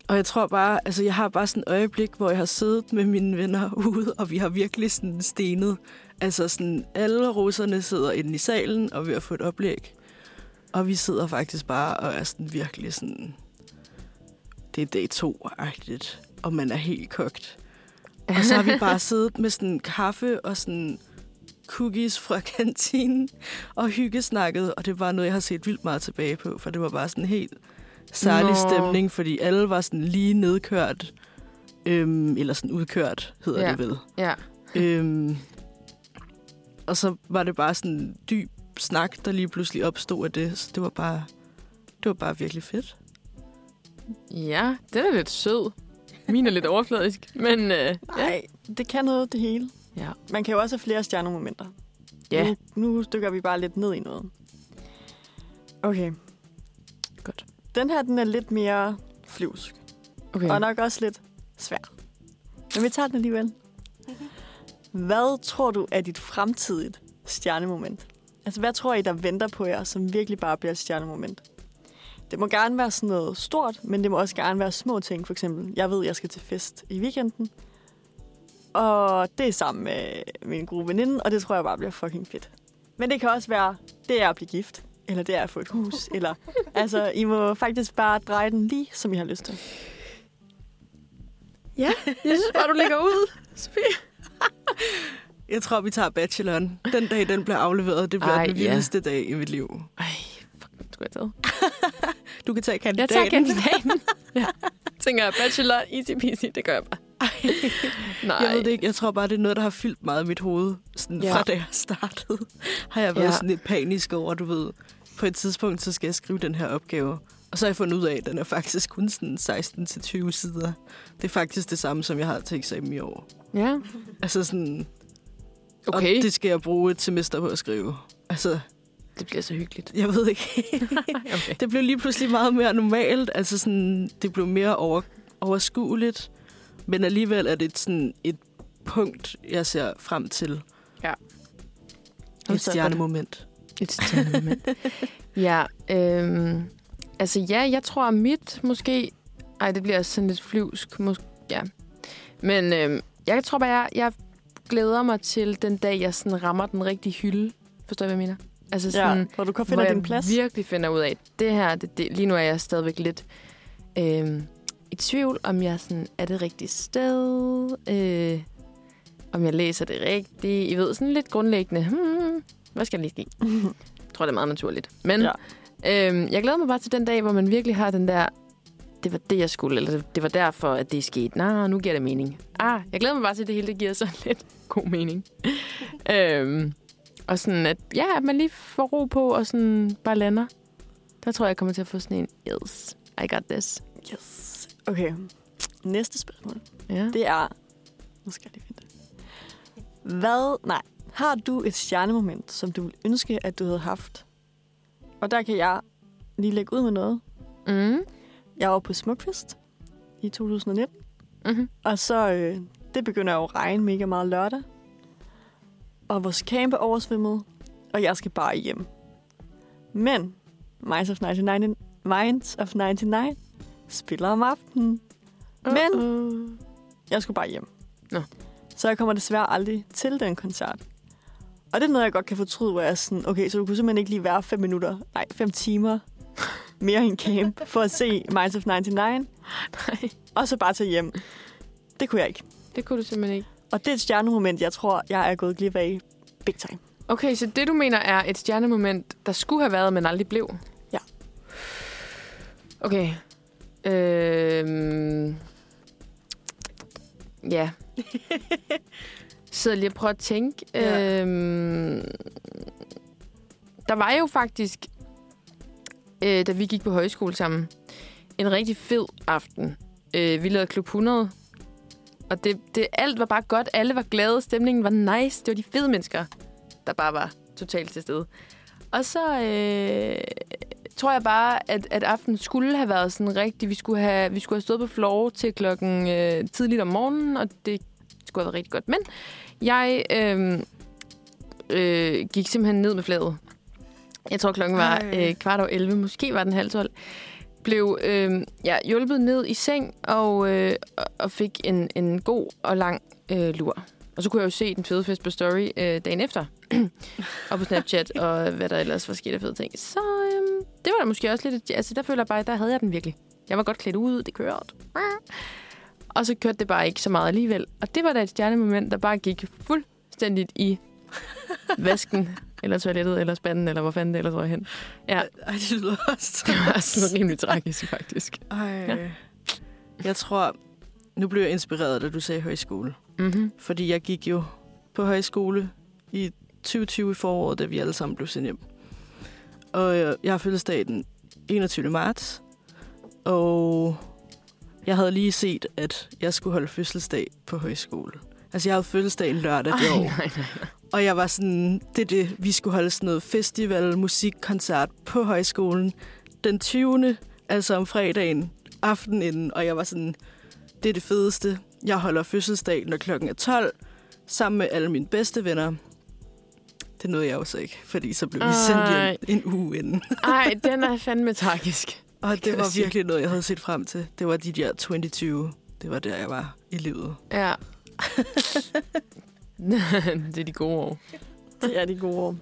Og jeg tror bare, altså jeg har bare sådan et øjeblik, hvor jeg har siddet med mine venner ude, og vi har virkelig sådan stenet. Altså sådan, alle russerne sidder inde i salen og ved at få et oplæg. Og vi sidder faktisk bare og er sådan virkelig sådan, det er dag to-agtigt, og man er helt kogt. Og så har vi bare siddet med sådan kaffe og sådan cookies fra kantinen og hyggesnakket, og det var noget, jeg har set vildt meget tilbage på, for det var bare sådan helt særlig
Nå.
Nå. stemning, fordi alle var sådan lige nedkørt, øhm, eller sådan udkørt, hedder
Ja.
det vel.
Ja.
Øhm, og så var det bare sådan en dyb snak, der lige pludselig opstod af det, så det var bare, det var bare virkelig fedt.
Ja, den er lidt sød. Min er lidt overfladisk, men øh, ja.
Nej, det kan noget, det hele.
Ja.
Man kan jo også have flere stjernemomenter.
ja.
Nu, nu dykker vi bare lidt ned i noget. Okay.
Godt.
Den her, den er lidt mere flyvsk.
Okay.
Og nok også lidt svær. Men vi tager den alligevel. Hvad tror du er dit fremtidigt stjernemoment? Altså, hvad tror I, der venter på jer, som virkelig bare bliver et stjernemoment? Det må gerne være sådan noget stort, men det må også gerne være små ting. For eksempel, jeg ved, jeg skal til fest i weekenden. Og det er sammen med min gode veninde, og det tror jeg bare bliver fucking fedt. Men det kan også være, det er at blive gift, eller det er at få et hus, eller... Altså, I må faktisk bare dreje den lige, som I har lyst til.
Ja, jeg synes bare, du lægger ud.
Jeg tror, vi tager bacheloren. Den dag, den bliver afleveret, det bliver
Ej,
Ej, den
ja.
vildeste yeah. dag i mit liv.
Ej, fuck, den skulle jeg have taget.
Du kan tage
Jeg
kandidaten.
tager kandidaten. ja. Tænker, bachelor, easy peasy, det gør jeg bare. Nej.
Jeg ved det ikke. Jeg tror bare, det er noget, der har fyldt meget i mit hoved. Sådan
Ja.
ja. fra da jeg startede, har jeg været
Ja.
ja. sådan lidt panisk over, du ved. På et tidspunkt, så skal jeg skrive den her opgave. Og så har jeg fundet ud af, at den er faktisk kun sådan 16-20 sider. Det er faktisk det samme, som jeg har til eksamen i år.
Ja.
Altså sådan,
Okay,
og
det,
det skal jeg bruge et semester på at skrive. Altså,
det bliver så hyggeligt.
jeg ved ikke.
Okay.
det blev lige pludselig meget mere normalt. Altså sådan, det blev mere over, overskueligt. Men alligevel er det sådan et punkt, jeg ser frem til.
Ja.
Et stjernemoment.
Et stjernemoment. ja, øhm, altså ja, jeg tror mit måske... Ej, det bliver sådan lidt flyvsk, måske, ja. Men øhm, jeg tror bare, jeg, jeg glæder mig til den dag, jeg sådan rammer den rigtige hylde. Forstår I, hvad jeg mener? Altså sådan,
Ja, hvor du godt
hvor
finder
jeg
din plads.
virkelig finder ud af, at det her, det, det, lige nu er jeg stadigvæk lidt øh, i tvivl, om jeg sådan, er det rigtige sted, øh, om jeg læser det rigtigt. I ved, sådan lidt grundlæggende, hmm, hvad skal jeg lige give? Jeg tror, det er meget naturligt. Men ja.
Ja.
øh, jeg glæder mig bare til den dag, hvor man virkelig har den der, det var det, jeg skulle, eller det var derfor, at det skete. Nå, nu giver det mening. Ah, jeg glæder mig bare til, at det hele det giver så lidt god mening. øhm, og sådan, at, ja, at man lige får ro på og sådan bare lander. Der tror jeg, jeg kommer til at få sådan en, yes, I got this.
Yes. Okay. Næste spørgsmål.
Ja. Det.
Det er... Nu skal jeg lige finde det. Hvad... Nej. Har du et stjernemoment, som du ville ønske, at du havde haft? Og der kan jeg lige lægge ud med noget.
Mm.
Jeg var på Smukfest i 2019,
Mm-hmm.
og så... Øh, det begynder jo at regne mega meget lørdag. Og vores camp er oversvømmet, og jeg skal bare hjem. Men Minds of 99, Minds of 99 spiller om aftenen. Men
Uh-uh.
Jeg skulle bare hjem.
Nå.
Så jeg kommer desværre aldrig til den koncert. Og det er noget, jeg godt kan fortryde, hvor jeg er sådan, okay, så du kunne simpelthen ikke lige være fem minutter, nej, fem timer mere i en camp, for at se Minds of 99,
Nej,
og så bare tage hjem. Det kunne jeg ikke.
det kunne du simpelthen ikke.
Og det er et stjernemoment, jeg tror, jeg er gået glip af big time.
Okay, så det du mener er et stjernemoment, der skulle have været, men aldrig blev?
Ja.
Okay. Øhm. Ja. Sidder lige og prøver at tænke.
Ja.
Øhm. Der var jo faktisk, øh, da vi gik på højskole sammen, en rigtig fed aften. Øh, vi lavede Klub 100. Og det, det, alt var bare godt. Alle var glade. Stemningen var nice. Det var de fede mennesker, der bare var totalt til stede. Og så øh, tror jeg bare, at, at aftenen skulle have været sådan rigtig... Vi skulle have, vi skulle have stået på floor til klokken øh, tidligt om morgenen, og det skulle have været rigtig godt. Men jeg øh, øh, gik simpelthen ned med fladet. Jeg tror, klokken var
Ej.
øh, kvart over 11. Måske var den halv 12. blev øh, ja, hjulpet ned i seng og, øh, og- og fik en, en god og lang øh, lur. Og så kunne jeg jo se den fede fest på story øh, dagen efter. og på Snapchat, og hvad der ellers var sket af fede ting. Så øh, det var da måske også lidt... Altså, der føler jeg bare, der havde jeg den virkelig. Jeg var godt klædt ud, det kørte. Og så kørte det bare ikke så meget alligevel. Og det var da et stjernemoment, der bare gik fuldstændigt i vasken, eller toilettet, eller spanden, eller hvor fanden det ellers var hen. Ja.
Ej, det lyder også
Det var sådan rimelig tragisk, faktisk.
Ej. Ja. Jeg tror, nu blev jeg inspireret, da du sagde højskole.
Mm-hmm.
Fordi jeg gik jo på højskole i 2020 i foråret, da vi alle sammen blev sendt hjem. Og øh, jeg har fødselsdag den 21. marts. Og jeg havde lige set, at jeg skulle holde fødselsdag på højskole. Altså, jeg havde fødselsdag en lørdag det år.
nej, nej.
Og jeg var sådan, det er det, vi skulle holde sådan noget festival, musikkoncert på højskolen den 20. Altså om fredagen, aftenen inden. Og jeg var sådan, det er det fedeste. Jeg holder fødselsdag, når klokken er 12, sammen med alle mine bedste venner. Det nåede jeg også ikke, fordi så blev vi sendt
Ej.
hjem en uge inden.
Ej, den er fandme tragisk.
Og
kan
det
du
var
sige.
virkelig noget, jeg havde set frem til. Det var de der 22. Det var der, jeg var i livet.
Ja. det er de gode år.
Det er de gode år.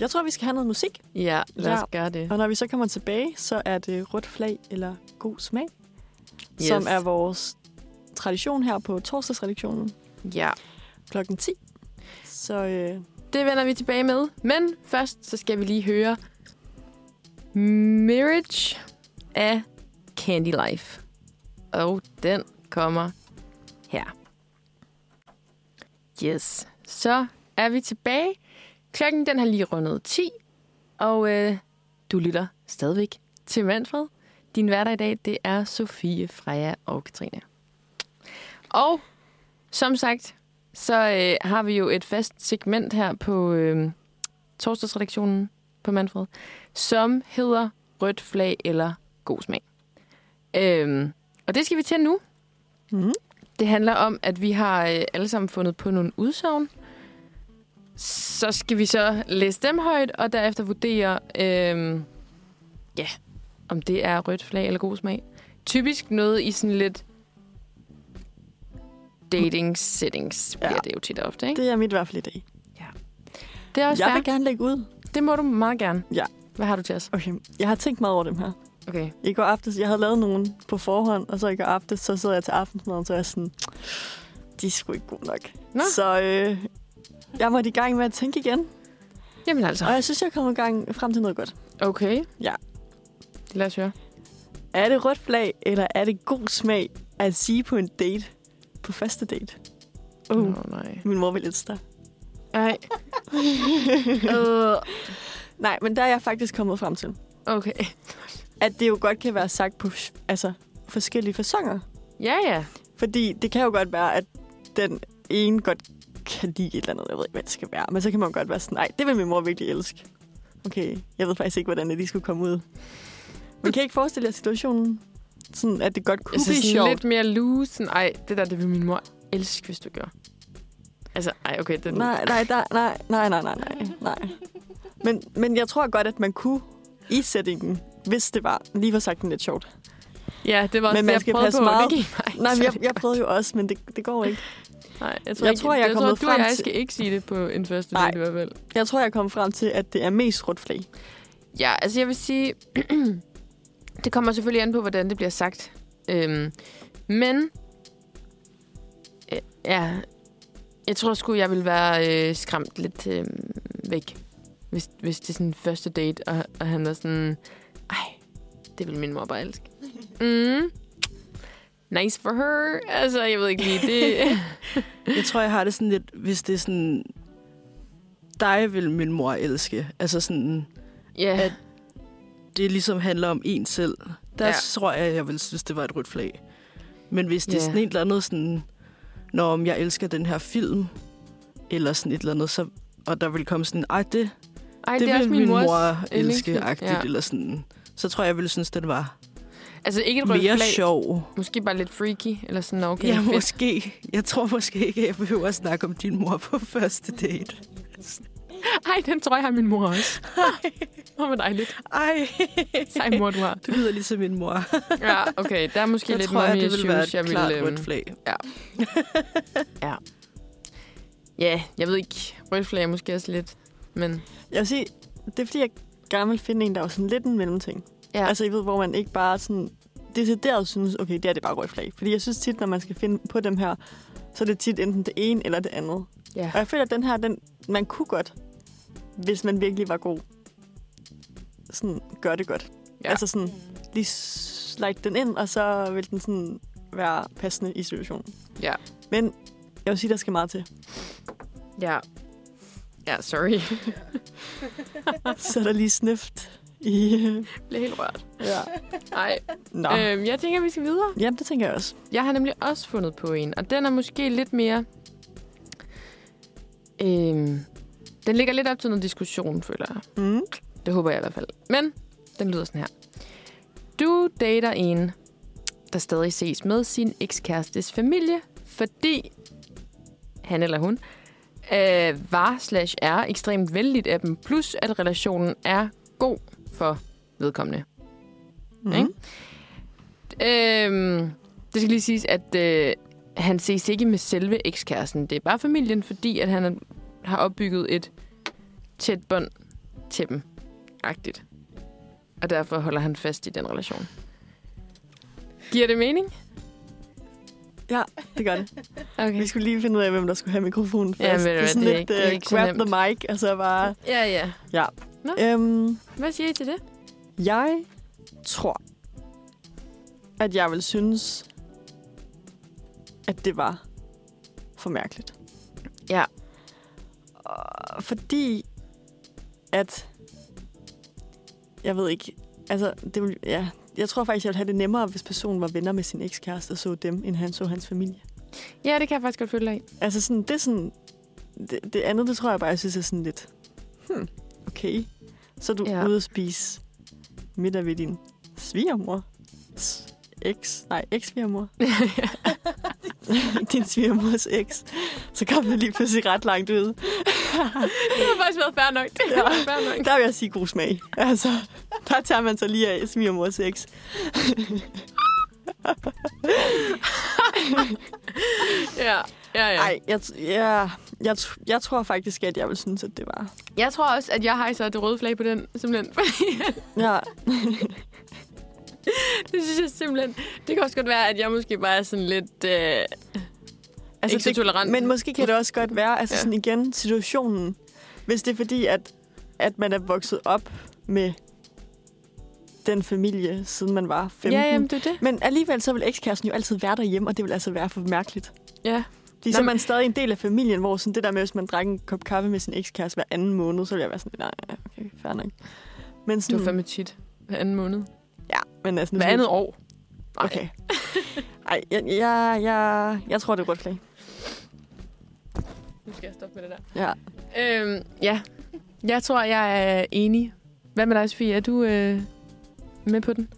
Jeg tror, vi skal have noget musik.
Ja, lad os
Ja.
gøre det.
Og når vi så kommer tilbage, så er det rødt flag eller god smag, yes. som
Yes.
er vores tradition her på torsdagsredaktionen
Ja.
klokken 10. Så øh,
Det vender vi tilbage med. Men først, så skal vi lige høre Mirage af Candy Life. Og den kommer her. Yes. Så er vi tilbage. Klokken den har lige rundet 10. Og øh, du lytter stadigvæk til Manfred. Din hverdag i dag, det er Sofie, Freja og Katrine. Og som sagt, så øh, har vi jo et fast segment her på øh, torsdagsredaktionen på Manfred, som hedder Rødt flag eller God smag. Øhm, og det skal vi til nu.
Mhm.
Det handler om, at vi har øh, alle sammen fundet på nogle udsagn. Så skal vi så læse dem højt, og derefter vurdere, øhm, ja, om det er rødt flag eller god smag. Typisk noget i sådan lidt dating settings, bliver
Ja.
det jo tit og ofte, ikke?
det er mit i hvert fald i dag.
Det er også
Jeg
fair.
vil gerne lægge ud.
Det må du meget gerne.
Ja.
Hvad har du til os?
Okay, jeg har tænkt meget over dem her.
Okay.
I går aftes, jeg havde lavet nogen på forhånd, og så i går aftes, så sidder jeg til aftensmaden, så er jeg sådan, de er sgu ikke gode nok.
Nå.
Så øh, jeg måtte i gang med at tænke igen,
Jamen altså.
og jeg synes, jeg kom i gang frem til noget godt.
Okay.
Ja.
Lad os høre.
Er det rødt flag, eller er det god smag at sige på en date? På første date? Uh,
Åh, oh, nej.
min mor vil lidt større.
Ej. Øh,
Nej, men der er jeg faktisk kommet frem til,
okay.
at det jo godt kan være sagt på altså, forskellige fasonger.
Ja, ja.
Fordi det kan jo godt være, at den ene godt kan lide et eller andet. Jeg ved ikke, hvad det skal være. Men så kan man jo godt være sådan, nej, det vil min mor virkelig elske. Okay, jeg ved faktisk ikke, hvordan det lige skulle komme ud. Man kan ikke forestille jer situationen, sådan at det godt kunne
Jeg
blive
synes
Altså, sjovt.
lidt mere loose. Sådan, Ej, det der, det vil min mor elske, hvis du gør. Altså, ej, okay. Den...
Nej, nej, nej, nej, nej, nej, nej, nej, nej. Men, men jeg tror godt, at man kunne i settingen, hvis det var lige for sagt den lidt sjovt.
Ja, det var også
Men
det,
man
jeg
skal
prøvede
passe
på. og
meget-
Det gik mig ikke
Nej, men jeg,
særlig
jeg
godt.
prøvede jo også, men det, det går ikke.
Nej, jeg tror,
Jeg
ikke,
tror, jeg er
tror,
kommet
du og
frem
jeg
til-
skal ikke sige det på en første
Nej.
date i hvert fald.
Jeg tror, jeg kom frem til, at det er mest rødt flag.
Ja, altså jeg vil sige, det kommer selvfølgelig an på, hvordan det bliver sagt. Øhm, men, øh, ja, jeg tror sgu, jeg vil være øh, skræmt lidt øh, væk, hvis, hvis det er sådan en første date, og, og han er sådan, ej, det vil min mor bare elske. Mm. Nice for her. Altså, jeg ved ikke lige, det...
Jeg tror, jeg har det sådan lidt, hvis det er sådan... Dig vil min mor elske. Altså sådan,
Ja,
At- det ligesom handler om en selv. Der
Ja.
ja. tror jeg, jeg ville synes, det var et rødt flag. Men hvis det
Ja.
er sådan et eller andet sådan... Når om jeg elsker den her film, eller sådan et eller andet, så, og der vil komme sådan, ej, det,
ej,
det, det vil min
mors
mor elske,
yndlingsfilm.
ja. eller sådan. Så tror jeg, jeg ville synes, den var
Altså, ikke et rødt
mere
flag.
sjov.
Måske bare lidt freaky, eller sådan, okay,
Okay, ja,
fedt.
måske. Jeg tror måske ikke, at jeg behøver at snakke om din mor på første date.
Ej, den tror jeg har min mor også. Hvor var dejligt.
Ej,
Sej mor, du har.
du lyder ligesom min mor.
Ja, okay. Der er måske
Jeg
lidt
tror, at
mommy
det ville være
issues, jeg
et klart
ville...
rødt
øhm,
flag.
Ja, jeg ved ikke. Rødt flag er måske også lidt, men...
Jeg vil sige, det er fordi, jeg gerne vil finde en, der er jo sådan lidt en mellemting.
Ja.
Ja. Altså, I ved, hvor man ikke bare sådan decideret synes, okay, det er det er bare rødt flag. Fordi jeg synes tit, når man skal finde på dem her, så er det tit enten det ene eller det andet.
Ja.
Og
øh.
jeg føler, at den her, den, man kunne godt, hvis man virkelig var god, sådan gør det godt.
Ja.
Ja. Altså sådan, lige slide den ind, og så vil den sådan være passende i situationen.
Ja.
Men jeg vil sige, der skal meget til.
Ja. Ja, sorry. Jeg
Så er der lige snift i...
blev helt rørt.
ja.
Ej,
Nå. Øh.
øhm, jeg tænker, vi skal videre.
Jamen, det tænker jeg også.
Jeg har nemlig også fundet på en, og den er måske lidt mere... Øhm, den ligger lidt op til noget diskussion, føler jeg.
Mm.
Det håber jeg i hvert fald. Men den lyder sådan her. Du dater en, der stadig ses med sin ekskærestes familie, fordi han eller hun øh, var slash er ekstremt vældigt af dem, plus at relationen er god for vedkommende.
Mm.
Ikke? Øhm, det skal lige siges, at øh, han ses ikke med selve ekskæresten. Det er bare familien, fordi at han er- har opbygget et tæt bånd til dem. Agtigt. Og derfor holder han fast i den relation. Giver det mening?
Ja, det gør det.
Okay.
Vi skulle lige finde ud af, hvem der skulle have mikrofonen først.
Ja, men
det
det er
er sådan
det er
lidt
ikke- det er
øh,
ikke så
grab
nemt.
the mic, og så bare...
Ja, ja.
Ja.
Nå.
Øhm,
Hvad siger I til det?
jeg tror, at jeg vil synes, at det var for mærkeligt.
Ja.
Og fordi at... Jeg ved ikke... Altså, det vil, ja, jeg tror faktisk, jeg ville have det nemmere, hvis personen var venner med sin ekskæreste og så dem, end han så hans familie.
Ja, det kan jeg faktisk godt følge dig i.
Altså sådan, det er sådan... Det, det andet, det tror jeg bare, jeg synes er sådan lidt... Hmm, okay. Så er du
Ja.
ja. ude at spise middag ved din svigermor. S- Eks. Nej, eks-svigermor. din svigermors eks. Så kom det lige pludselig ret langt ud.
Det har faktisk været fair nok. Det
har været
fair nok.
Der vil jeg sige god smag. Altså, der tager man så lige af svigermors eks.
Ja, ja, ja.
Nej, jeg, t- ja, jeg, t- jeg tror faktisk, at jeg vil synes, at det var...
Jeg tror også, at jeg hejser det røde flag på den, simpelthen. Fordi
Ja,
Det synes jeg simpelthen... Det kan også godt være, at jeg måske bare er sådan lidt... Øh, Ikke så
Altså, det-
tolerant.
Men måske kan det også godt være, altså
Ja.
ja. sådan igen, situationen. Hvis det er fordi, at, at man er vokset op med den familie, siden man var 15.
ja, jamen, det er det.
Men alligevel så vil ekskæresten jo altid være derhjemme, og det vil altså være for mærkeligt.
Ja.
Fordi
Nå,
så er
men-
man stadig en del af familien, hvor sådan det der med, hvis man drak en kop kaffe med sin ekskæreste hver anden måned, så ville jeg være sådan, nej, nej, okay, fair nok. Men
Det
sådan,
var fandme tit. Hver anden måned.
ja, men altså, nu
Hver
sådan-
andet år. Ej.
Okay. Ej, jeg, jeg, jeg, jeg tror, det er rødt flag.
Nu skal jeg stoppe med det der.
Ja.
Øhm, ja. Jeg tror, jeg er enig. Hvad med dig, Sofie? Er du øh, med på den?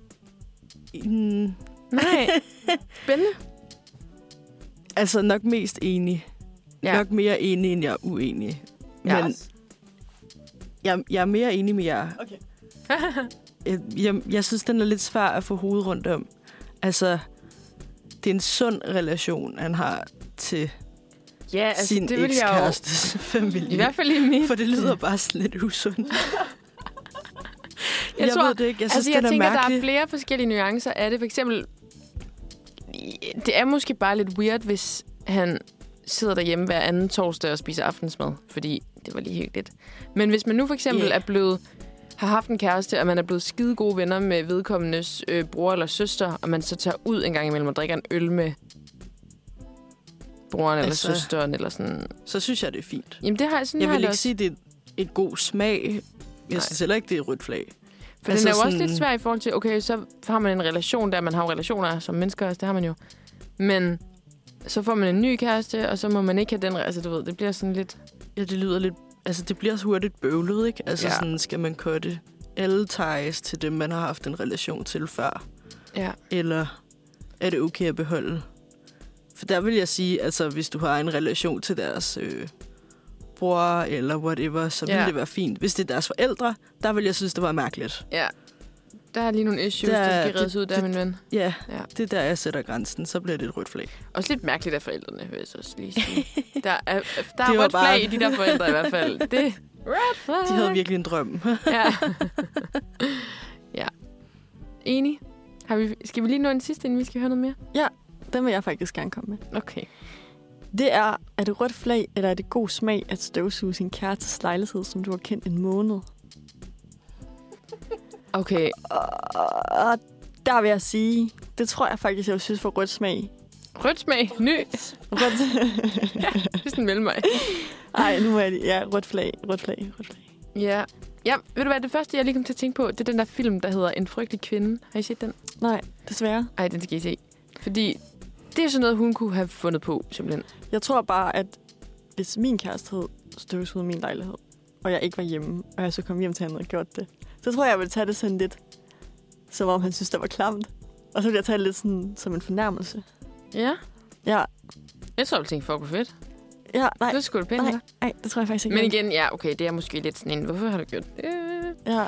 Mm,
Nej. Spændende.
altså nok mest enig.
Ja.
Ja. Nok mere enig, end jeg er uenig.
Ja.
Men jeg, jeg er mere enig med jer.
Okay.
Jeg, jeg, jeg synes, den er lidt svær at få hovedet rundt om. Altså, det er en sund relation, han har til
Ja,
altså, sin
det ville jeg jo...
ekskærestes familie.
I hvert fald i mit.
For det lyder bare sådan lidt usundt.
Jeg
jeg
tror-
ved det ikke. Jeg synes,
altså, jeg
den er
tænker, der er
mærkelig.
flere forskellige nuancer af det. For eksempel, det er måske bare lidt weird, hvis han sidder derhjemme hver anden torsdag og spiser aftensmad, fordi det var lige hyggeligt. Men hvis man nu for eksempel
Ja.
yeah. er blevet har haft en kæreste, og man er blevet skide gode venner med vedkommendes øh, bror eller søster, og man så tager ud en gang imellem og drikker en øl med broren eller
Altså-
søsteren, eller sådan.
Så synes jeg, det er fint.
Jamen, det har jeg sådan
Jeg
har
vil
det
ikke
også.
sige, det er et god smag.
Nej.
Jeg synes heller ikke, det er et rødt flag.
For altså
Altså
den er jo også
sådan-
lidt svær i forhold til, okay, så har man en relation der, man har jo relationer som mennesker også, det har man jo. Men så får man en ny kæreste, og så må man ikke have den... re- Altså, du ved, det bliver sådan lidt...
Ja, det lyder lidt... Altså, det bliver hurtigt bøvlet, ikke? Altså,
Ja.
ja. sådan skal man korte alle ties til dem, man har haft en relation til før.
Ja.
Eller er det okay at beholde? For der vil jeg sige, altså, hvis du har en relation til deres øh, storebror eller whatever, så ville
Ja.
det være fint. Hvis det er deres forældre, der ville jeg synes, det var mærkeligt.
Ja. Der er lige nogle issues,
Der-
der, der skal reddes
det-
ud der,
det-
min ven.
Ja,
Ja.
det er der, jeg sætter grænsen. Så bliver det et rødt flag.
Også lidt mærkeligt af forældrene, vil jeg så også lige sige. Der er, der
Det
er
var
rødt flag
bare-
i de der forældre i hvert fald. Det red flag.
De havde virkelig en drøm.
Ja. ja. Enig. Har vi, skal vi lige nå en sidste, inden vi skal høre noget mere?
Den vil jeg faktisk gerne komme med.
Okay.
Det er, er det rødt flag, eller er det god smag at støvsuge sin kærestes lejlighed, som du har kendt en måned?
Okay.
Og der vil jeg sige, det tror jeg faktisk, jeg synes for rødt smag.
Rødt smag. Ny.
Rødt.
Det er sådan mellem mig.
Ej, nu er det, ja, rødt flag, rødt flag, rødt flag.
Ja. Ja, ved du hvad, det første, jeg lige kom til at tænke på, det er den der film, der hedder En frygtelig kvinde. Har I set den?
Nej, desværre.
Ej, den skal I se. Fordi det er sådan noget, hun kunne have fundet på, simpelthen.
Jeg tror bare, at hvis min kæreste havde støvsuget min lejlighed, og jeg ikke var hjemme, og jeg så kom hjem til, at han havde gjort det, så tror jeg, jeg ville tage det sådan lidt, som om han synes, det var klamt. Og så ville jeg tage det lidt sådan, som en fornærmelse.
Ja.
Ja,
Jeg tror, jeg tænkte, fuck, hvor fedt.
ja, nej,
Det er sgu da pænt.
nej, nej, det tror jeg faktisk ikke.
Men igen, ja, okay, det er måske lidt sådan en, hvorfor har du gjort det?
Ja,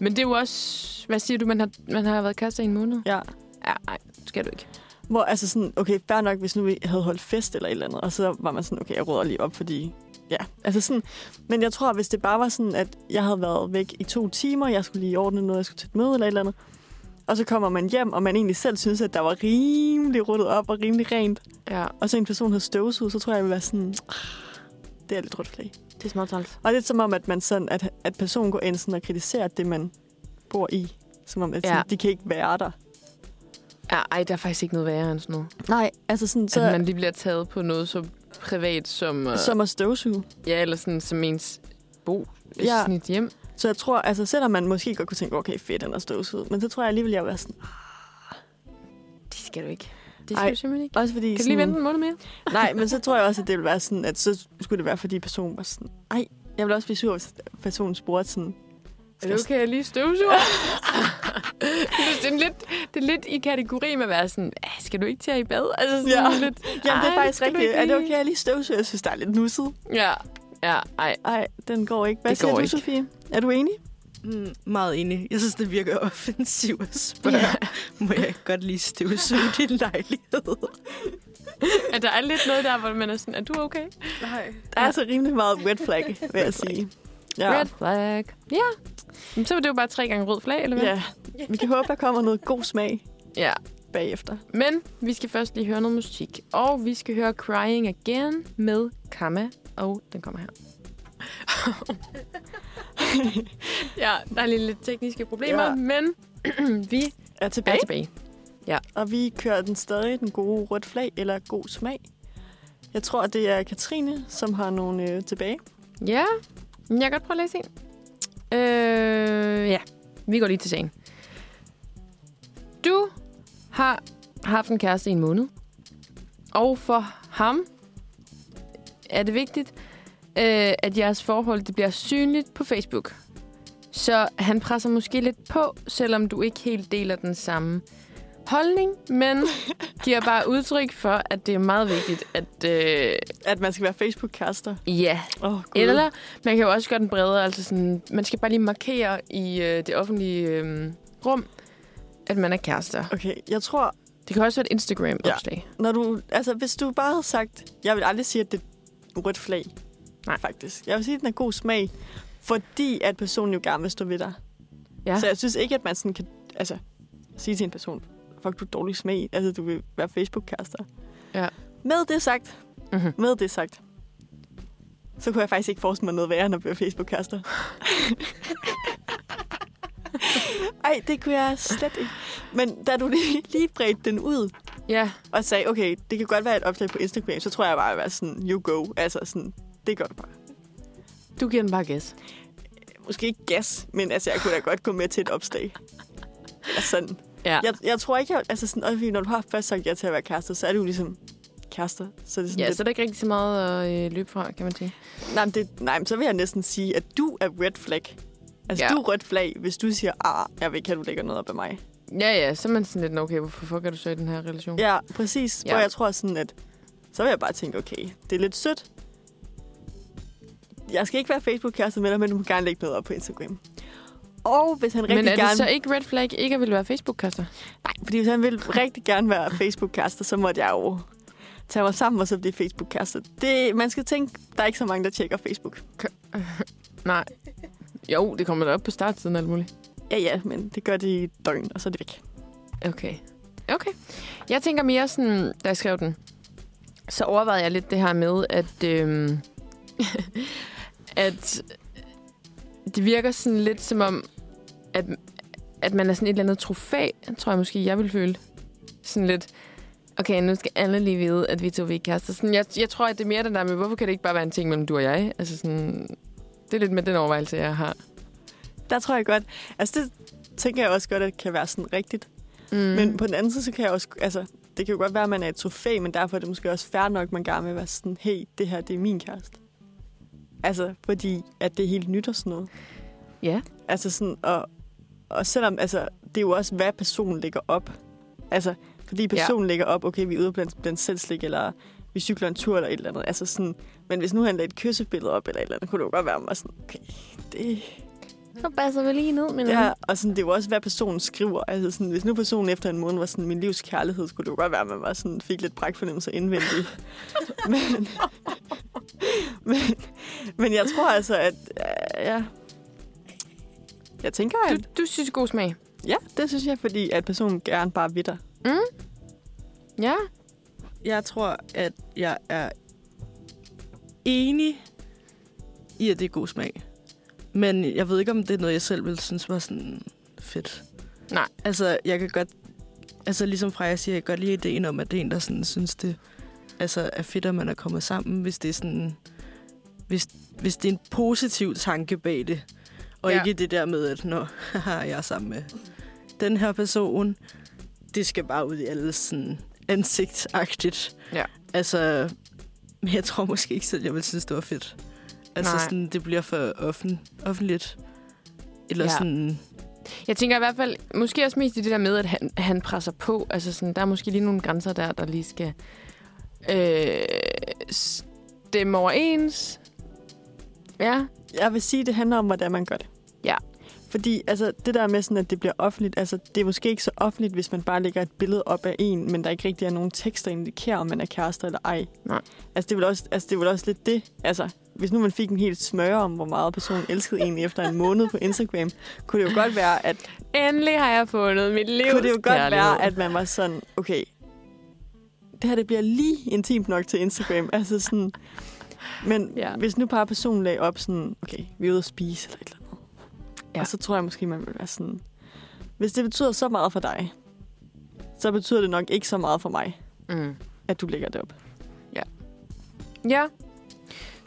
Men det er jo også, hvad siger du, man har, man har været kærester i en måned?
ja.
Ja, nej, det skal du ikke.
Hvor altså sådan, okay, fair nok, hvis nu vi havde holdt fest eller et eller andet, og så var man sådan, okay, jeg råder lige op, fordi... Ja, altså sådan... Men jeg tror, hvis det bare var sådan, at jeg havde været væk i to timer, jeg skulle lige ordne noget, jeg skulle til et møde eller et eller andet, og så kommer man hjem, og man egentlig selv synes, at der var rimelig ryddet op og rimelig rent,
Ja,
og så en person havde støvsuget, så tror jeg, jeg ville være sådan... "Ah, Det er lidt rødt flag.
det er smart talt.
Og det er som om, at, man sådan, at, at personen går ind sådan og kritiserer det, man bor i. Som om, at
Ja.
sådan, de kan ikke være der.
Ja, ej, der er faktisk ikke noget værre end sådan noget.
Nej, altså sådan,
Så...
så,
At man lige bliver taget på noget så privat som, uh, som...
som at støvsuge.
ja, eller sådan som ens bo, ja.
Ja.
sådan et hjem.
Så jeg tror, altså selvom man måske godt kunne tænke, okay, fedt, han har støvsud, men så tror jeg alligevel, jeg vil være sådan,
Det skal du ikke. Det skal
Ej.
du simpelthen ikke.
også fordi...
Kan du
sådan,
lige vente en måned mere?
Nej, men så tror jeg også, at det vil være sådan, at så skulle det være, fordi personen var sådan, ej, jeg vil også blive sur, hvis personen spurgte sådan,
Er
skal
det
jeg-
okay, jeg lige støvsuger? det, er lidt, det er lidt i kategori med at være sådan, "Ah, skal du ikke tage i bad? Altså sådan
Ja.
lidt,
Jamen, det
"Ej,
er faktisk
skal du
rigtigt.
ikke
Er det
lige?"
okay, at jeg lige støvsuger? Jeg synes, der er lidt nusset.
Ja, ja, ej.
Ej, den går ikke. Hvad
Det
siger
går
du,
ikke.
Sofie? Er du enig?
Mm, meget enig. Jeg synes, det virker offensivt at spørge.
Ja.
Må jeg ikke godt lige støvsuge din lejlighed?
At der er lidt noget der, hvor man er sådan, er du okay?
Nej.
Der er så rimelig meget red flag, vil jeg sige.
Ja.
Ja.
Red flag. Ja. Jamen, så var det jo bare tre gange rød flag, eller hvad?
ja. Vi kan håbe, der kommer noget god smag
ja.
bagefter.
Men vi skal først lige høre noget musik. Og vi skal høre Crying Again med Kama. Og den kommer her. ja, der er lige lidt tekniske problemer, ja.
Ja.
men vi
Er
er
tilbage.
tilbage.
Og vi kører den stadig, den gode rødt flag, eller god smag. Jeg tror, at det er Katrine, som har nogle øh, tilbage.
Ja, men jeg kan godt prøve at læse en. Øh, ja, vi går lige til sagen. Du har haft en kæreste i en måned, og for ham er det vigtigt, øh, at jeres forhold det bliver synligt på Facebook. Så han presser måske lidt på, selvom du ikke helt deler den samme holdning, men giver bare udtryk for, at det er meget vigtigt, at øh,
At man skal være Facebook-kærester.
ja,
Åh, oh,
eller man kan jo også gøre den bredere, altså sådan, man skal bare lige markere i øh, det offentlige øh, rum, at man er kærester.
Okay, jeg tror,
Det kan også være et Instagram-opslag.
når du... Altså, hvis du bare havde sagt... Jeg vil aldrig sige, at det er et rødt flag.
Nej.
Faktisk. Jeg vil sige, at den er god smag, fordi at personen jo gerne vil stå ved dig.
Ja.
Så jeg synes ikke, at man sådan kan altså, sige til en person, fuck, du er dårlig smag. Altså, du vil være Facebook-kærester.
Ja.
Med det sagt,
Mhm.
med det sagt, så kunne jeg faktisk ikke forestille mig noget værre, end at blive Facebook-kærester. Ej, det kunne jeg slet ikke. Men da du lige, lige bredte den ud,
Ja,
og sagde, okay, det kan godt være et opslag på Instagram, så tror jeg bare, at jeg var sådan, you go. Altså sådan, det gør du bare.
du giver den bare gas.
Måske ikke gas, men altså, jeg kunne da godt gå med til et opslag. Altså sådan.
Ja.
Jeg, jeg tror ikke, jeg, altså sådan, også fordi når du har først sagt ja til at være kærester, så er det jo ligesom kærester. Så er det sådan
ja,
lidt,
så er der ikke rigtig så meget at øh, løbe fra, kan man sige.
nej, men det, nej, men så vil jeg næsten sige, at du er red flag. Altså,
Ja.
ja. du er rødt flag, hvis du siger, ah, jeg vil ikke, at du lægger noget op af mig.
Ja, ja, så er man sådan lidt, "Nå, okay, hvorfor fuck er du så i den her relation?
Ja, præcis.
Ja.
Ja. Hvor jeg tror sådan, at så vil jeg bare tænke, okay, det er lidt sødt. jeg skal ikke være Facebook-kæreste med dig, men du må gerne lægge noget op på Instagram. Og hvis han rigtig
Men er
gerne...
det så ikke red flag ikke at ville være Facebook-kaster?
Nej, fordi hvis han ville rigtig gerne være Facebook-kærester, så måtte jeg jo tage mig sammen og så blive Facebook-kærester. Det, man skal tænke, der er ikke så mange, der tjekker Facebook.
Nej. Jo, det kommer da op på startsiden og alt muligt.
Ja, ja, men det gør de i et døgn, og så er det væk.
Okay. Okay. Jeg tænker mere sådan, da jeg skrev den, så overvejede jeg lidt det her med, at, øhm, at det virker sådan lidt som om, at, at man er sådan et eller andet trofæ, tror jeg måske, jeg vil føle. Sådan lidt, okay, nu skal alle lige vide, at vi to vi er kærester. Sådan, jeg, jeg tror, at det er mere den der med, hvorfor kan det ikke bare være en ting mellem du og jeg? Altså sådan, det er lidt med den overvejelse, jeg har.
Der tror jeg godt... Altså, det tænker jeg også godt, at det kan være sådan rigtigt.
Mm.
Mm. Men på den anden side, så kan jeg også... Altså, det kan jo godt være, at man er et trofæ, men derfor er det måske også fair nok, at man gerne vil være sådan, hey, det her, det er min kæreste. Altså, fordi at det er helt nyt og sådan noget.
ja.
Altså sådan, og, og selvom, altså, det er jo også, hvad personen lægger op. Altså, fordi personen ja. lægger op, okay, vi er ude blandt, blandt selvslik, eller vi cykler en tur, eller et eller andet. Altså sådan, men hvis nu han lagde et kyssebillede op, eller et eller andet, kunne det jo godt være, at man var sådan, okay, det,
Så passer vi lige ned med
ja. Og sådan, det er jo også, hvad personen skriver. Altså sådan, hvis nu personen efter en måned var sådan, min livs kærlighed, skulle det jo godt være, at man var sådan, fik lidt brækfornemmelse indvendigt. men, men, men jeg tror altså, at øh, ja, jeg tænker, at
Du, du synes, det er god smag.
Ja, det synes jeg, fordi at personen gerne bare vil dig.
Mm. Ja,
Jeg tror, at jeg er enig i, at det er god smag. Men jeg ved ikke, om det er noget, jeg selv ville synes var sådan fedt.
Nej.
Altså, jeg kan godt... Altså, ligesom Freja siger, jeg kan godt lide ideen om, at det er en, der sådan, synes, det altså, er fedt, at man er kommet sammen, hvis det er sådan... Hvis, hvis det er en positiv tanke bag det. Og
Ja.
ja. ikke det der med, at når jeg er sammen med den her person, det skal bare ud i alles sådan ansigtsagtigt.
Ja.
Altså, men jeg tror måske ikke selv, jeg ville synes, det var fedt. Altså,
Nej.
sådan, det bliver for offen, offentligt. Eller
Ja.
ja. sådan...
jeg tænker i hvert fald, måske også mest i det der med, at han, han presser på. Altså sådan, der er måske lige nogle grænser der, der lige skal øh, stemme overens. Ja,
Jeg vil sige, det handler om, hvordan man gør det.
Ja.
Fordi altså, det der med, sådan, at det bliver offentligt, altså, det er måske ikke så offentligt, hvis man bare lægger et billede op af en, men der ikke rigtig er nogen tekst, der indikerer, om man er kærester eller ej.
Nej.
Altså, det er vel også, altså, det er vel også lidt det. Altså, hvis nu man fik en helt smøre om, hvor meget personen elskede en efter en måned på Instagram, kunne det jo godt være, at,
endelig har jeg fundet mit liv.
kunne det jo godt være, at man var sådan, okay, det her det bliver lige intimt nok til Instagram. Altså sådan, men
Ja.
ja. hvis nu bare personen lagde op sådan, okay, vi er ude at spise eller et eller andet.
Ja.
Ja. Og så tror jeg måske, man vil være sådan, hvis det betyder så meget for dig, så betyder det nok ikke så meget for mig,
Mm.
at du lægger det op.
Ja,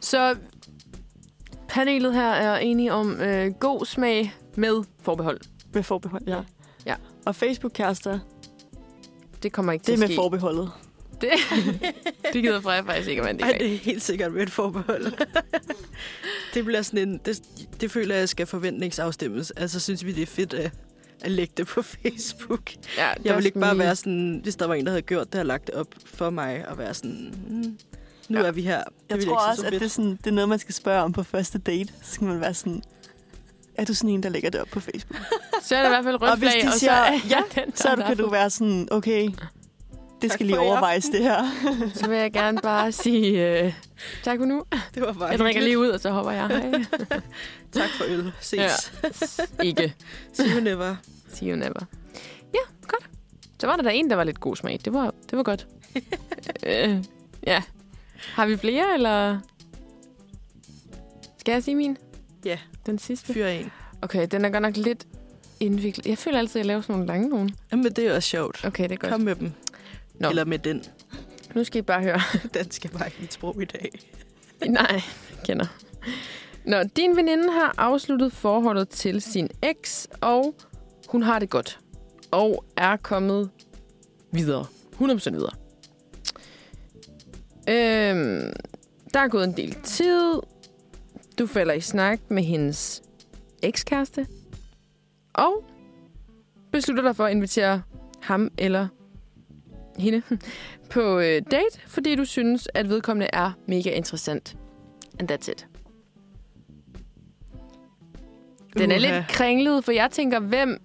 så panelet her er enige om øh, god smag med forbehold.
Med forbehold, ja.
Ja.
Og Facebook-kærester, det,
Det kommer ikke til
det er
at
med
ske.
forbeholdet.
Det, det gider Freja faktisk ikke, om man det
Ej, det er helt sikkert med et forbehold. det bliver sådan en... Det, det føler jeg skal forventningsafstemmes. Altså, synes vi, det er fedt at, at lægge det på Facebook.
Ja, det er
Jeg vil
også
ikke bare
lige-
være sådan... Hvis der var en, der havde gjort det og lagt det op for mig, og være sådan... Mm, nu
Ja.
er vi her. Det
Jeg
ville
tror
ikke synes
også,
var
at det er,
fedt.
sådan, det er noget, man skal spørge om på første date. Så skal man være sådan, er du sådan en, der lægger det op på Facebook?
Så er det i hvert fald rødt
Og hvis
flag,
de
og så
siger
er
ja,
jeg den,
Så
der
du,
har
kan du
fået-
være sådan, okay, det
Tak
skal lige
for i
overvejes det her.
Så vil jeg gerne bare sige øh, tak for nu.
Det var bare
Jeg drikker lige
hyggeligt.
ud, og så hopper jeg. Hej.
Tak for øl. Ses.
Ja.
Ja.
Ikke.
See you never.
See you never. Ja, godt. Så var der da en, der var lidt god smag. Det var, det var godt. øh, ja. Har vi flere, eller... Skal jeg sige min?
Ja.
Den sidste?
Fyr en.
Okay, den er godt nok lidt indviklet. Jeg føler altid, at jeg laver sådan nogle lange nogen.
Jamen, det er også sjovt.
Okay, det er godt.
Kom med dem.
Nå.
Nå. Eller med den.
Nu skal I bare høre.
Dansk er bare ikke mit sprog i dag.
Nej, jeg kender. Nå, din veninde har afsluttet forholdet til sin eks, og hun har det godt. Og er kommet videre. 100% videre. Øhm, der er gået en del tid. Du falder i snak med hendes ekskæreste. Og beslutter dig for at invitere ham eller hende på øh, date, fordi du synes, at vedkommende er mega interessant. And that's it. Den er
Uha.
lidt kringlet, for jeg tænker, hvem...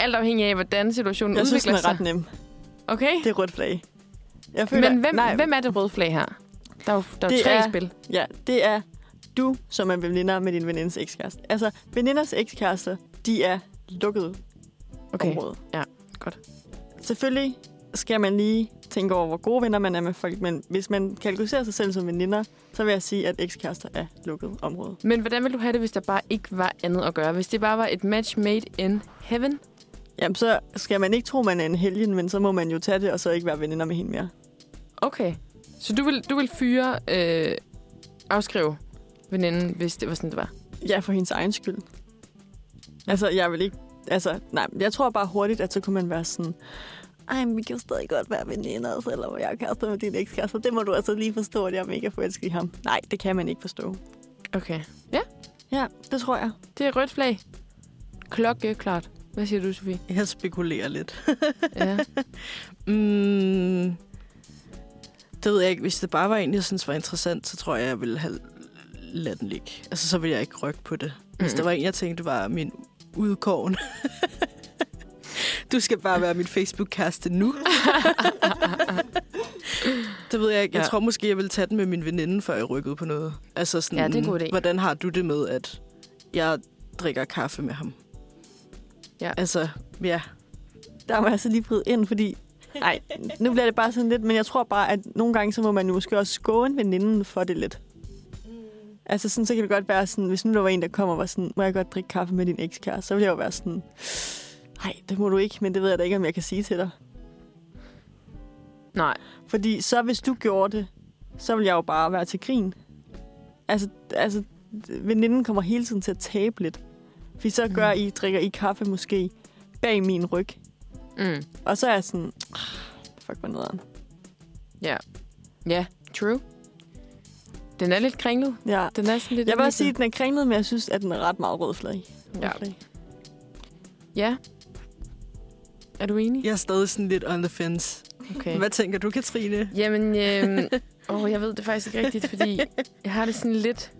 Alt afhængig af, hvordan situationen
Jeg synes, den
udvikler
er ret
sig.
nem.
Okay,
Det er rødt flag. Jeg
men hvem,
nej,
hvem er det røde flag her? Der er jo der er jo
Det
tre
er-
i spil.
Ja, det er du, som er veninder med din venindes ekskæreste. Altså, veninders ekskærester, de er lukkede okay.
Okay,
område.
ja, godt.
Selvfølgelig skal man lige tænke over, hvor gode venner man er med folk, men hvis man kategoriserer sig selv som veninder, så vil jeg sige, at ekskærester er lukket område.
men hvordan ville du have det, hvis der bare ikke var andet at gøre? Hvis det bare var et match made in heaven?
Jamen, så skal man ikke tro, man er en helgen, men så må man jo tage det, og så ikke være veninder med hende mere.
Okay, så du vil, du vil fyre... Øh, afskrive veninden, hvis det var sådan, det var.
Ja, for hendes egen skyld. Altså, jeg vil ikke... Altså, nej, jeg tror bare hurtigt, at så kunne man være sådan... Ej, men vi kan jo stadig godt være veninder, selvom jeg er kærester med din ekskæreste. Det må du altså lige forstå, at jeg er mega forelsket i ham. Nej, det kan man ikke forstå.
Okay.
Ja, det tror jeg.
Det er rødt flag. Klokke klart. Hvad siger du, Sofie?
Jeg spekulerer lidt.
Ja.
Mm, det ved jeg ikke. Hvis det bare var en, jeg synes var interessant, så tror jeg, jeg ville have ladet den ligge. Altså, så ville jeg ikke rykke på det. Hvis
Mm.
der var en, jeg tænkte var min udkårn. du skal bare være min Facebook-kæreste nu.
Ah,
det ved jeg ikke. Jeg
Ja.
tror måske, jeg ville tage den med min veninde, før jeg rykkede på noget. Altså sådan,
Ja, det er en god idé.
hvordan har du det med, at jeg drikker kaffe med ham?
Ja.
Altså, ja.
Der må jeg så lige bryde ind, fordi... Nej, nu bliver det bare sådan lidt, men jeg tror bare, at nogle gange, så må man jo måske også skåne veninden for det lidt. Altså sådan, så kan det godt være sådan, hvis nu der var en, der kom og var sådan, må jeg godt drikke kaffe med din ekskæreste, så ville jeg jo være sådan, nej, det må du ikke, men det ved jeg da ikke, om jeg kan sige til dig.
Nej.
Fordi så hvis du gjorde det, så ville jeg jo bare være til grin. Altså, altså veninden kommer hele tiden til at tabe lidt. Fordi så gør I, drikker I kaffe måske bag min ryg.
Mm.
Og så er jeg sådan, "Ah, fuck hvor nederen.
Ja, true. Den er lidt kringlet.
Ja.
Den er sådan lidt...
Jeg vil også sige, at den er kringlet, men jeg synes, at den er ret meget rød flag. Rød
Ja.
flag.
Ja. Er du enig?
Jeg er stadig sådan lidt on the fence.
Okay.
Hvad tænker du, Katrine?
Jamen, øhm, åh, jeg ved det faktisk ikke rigtigt, fordi jeg har det sådan lidt...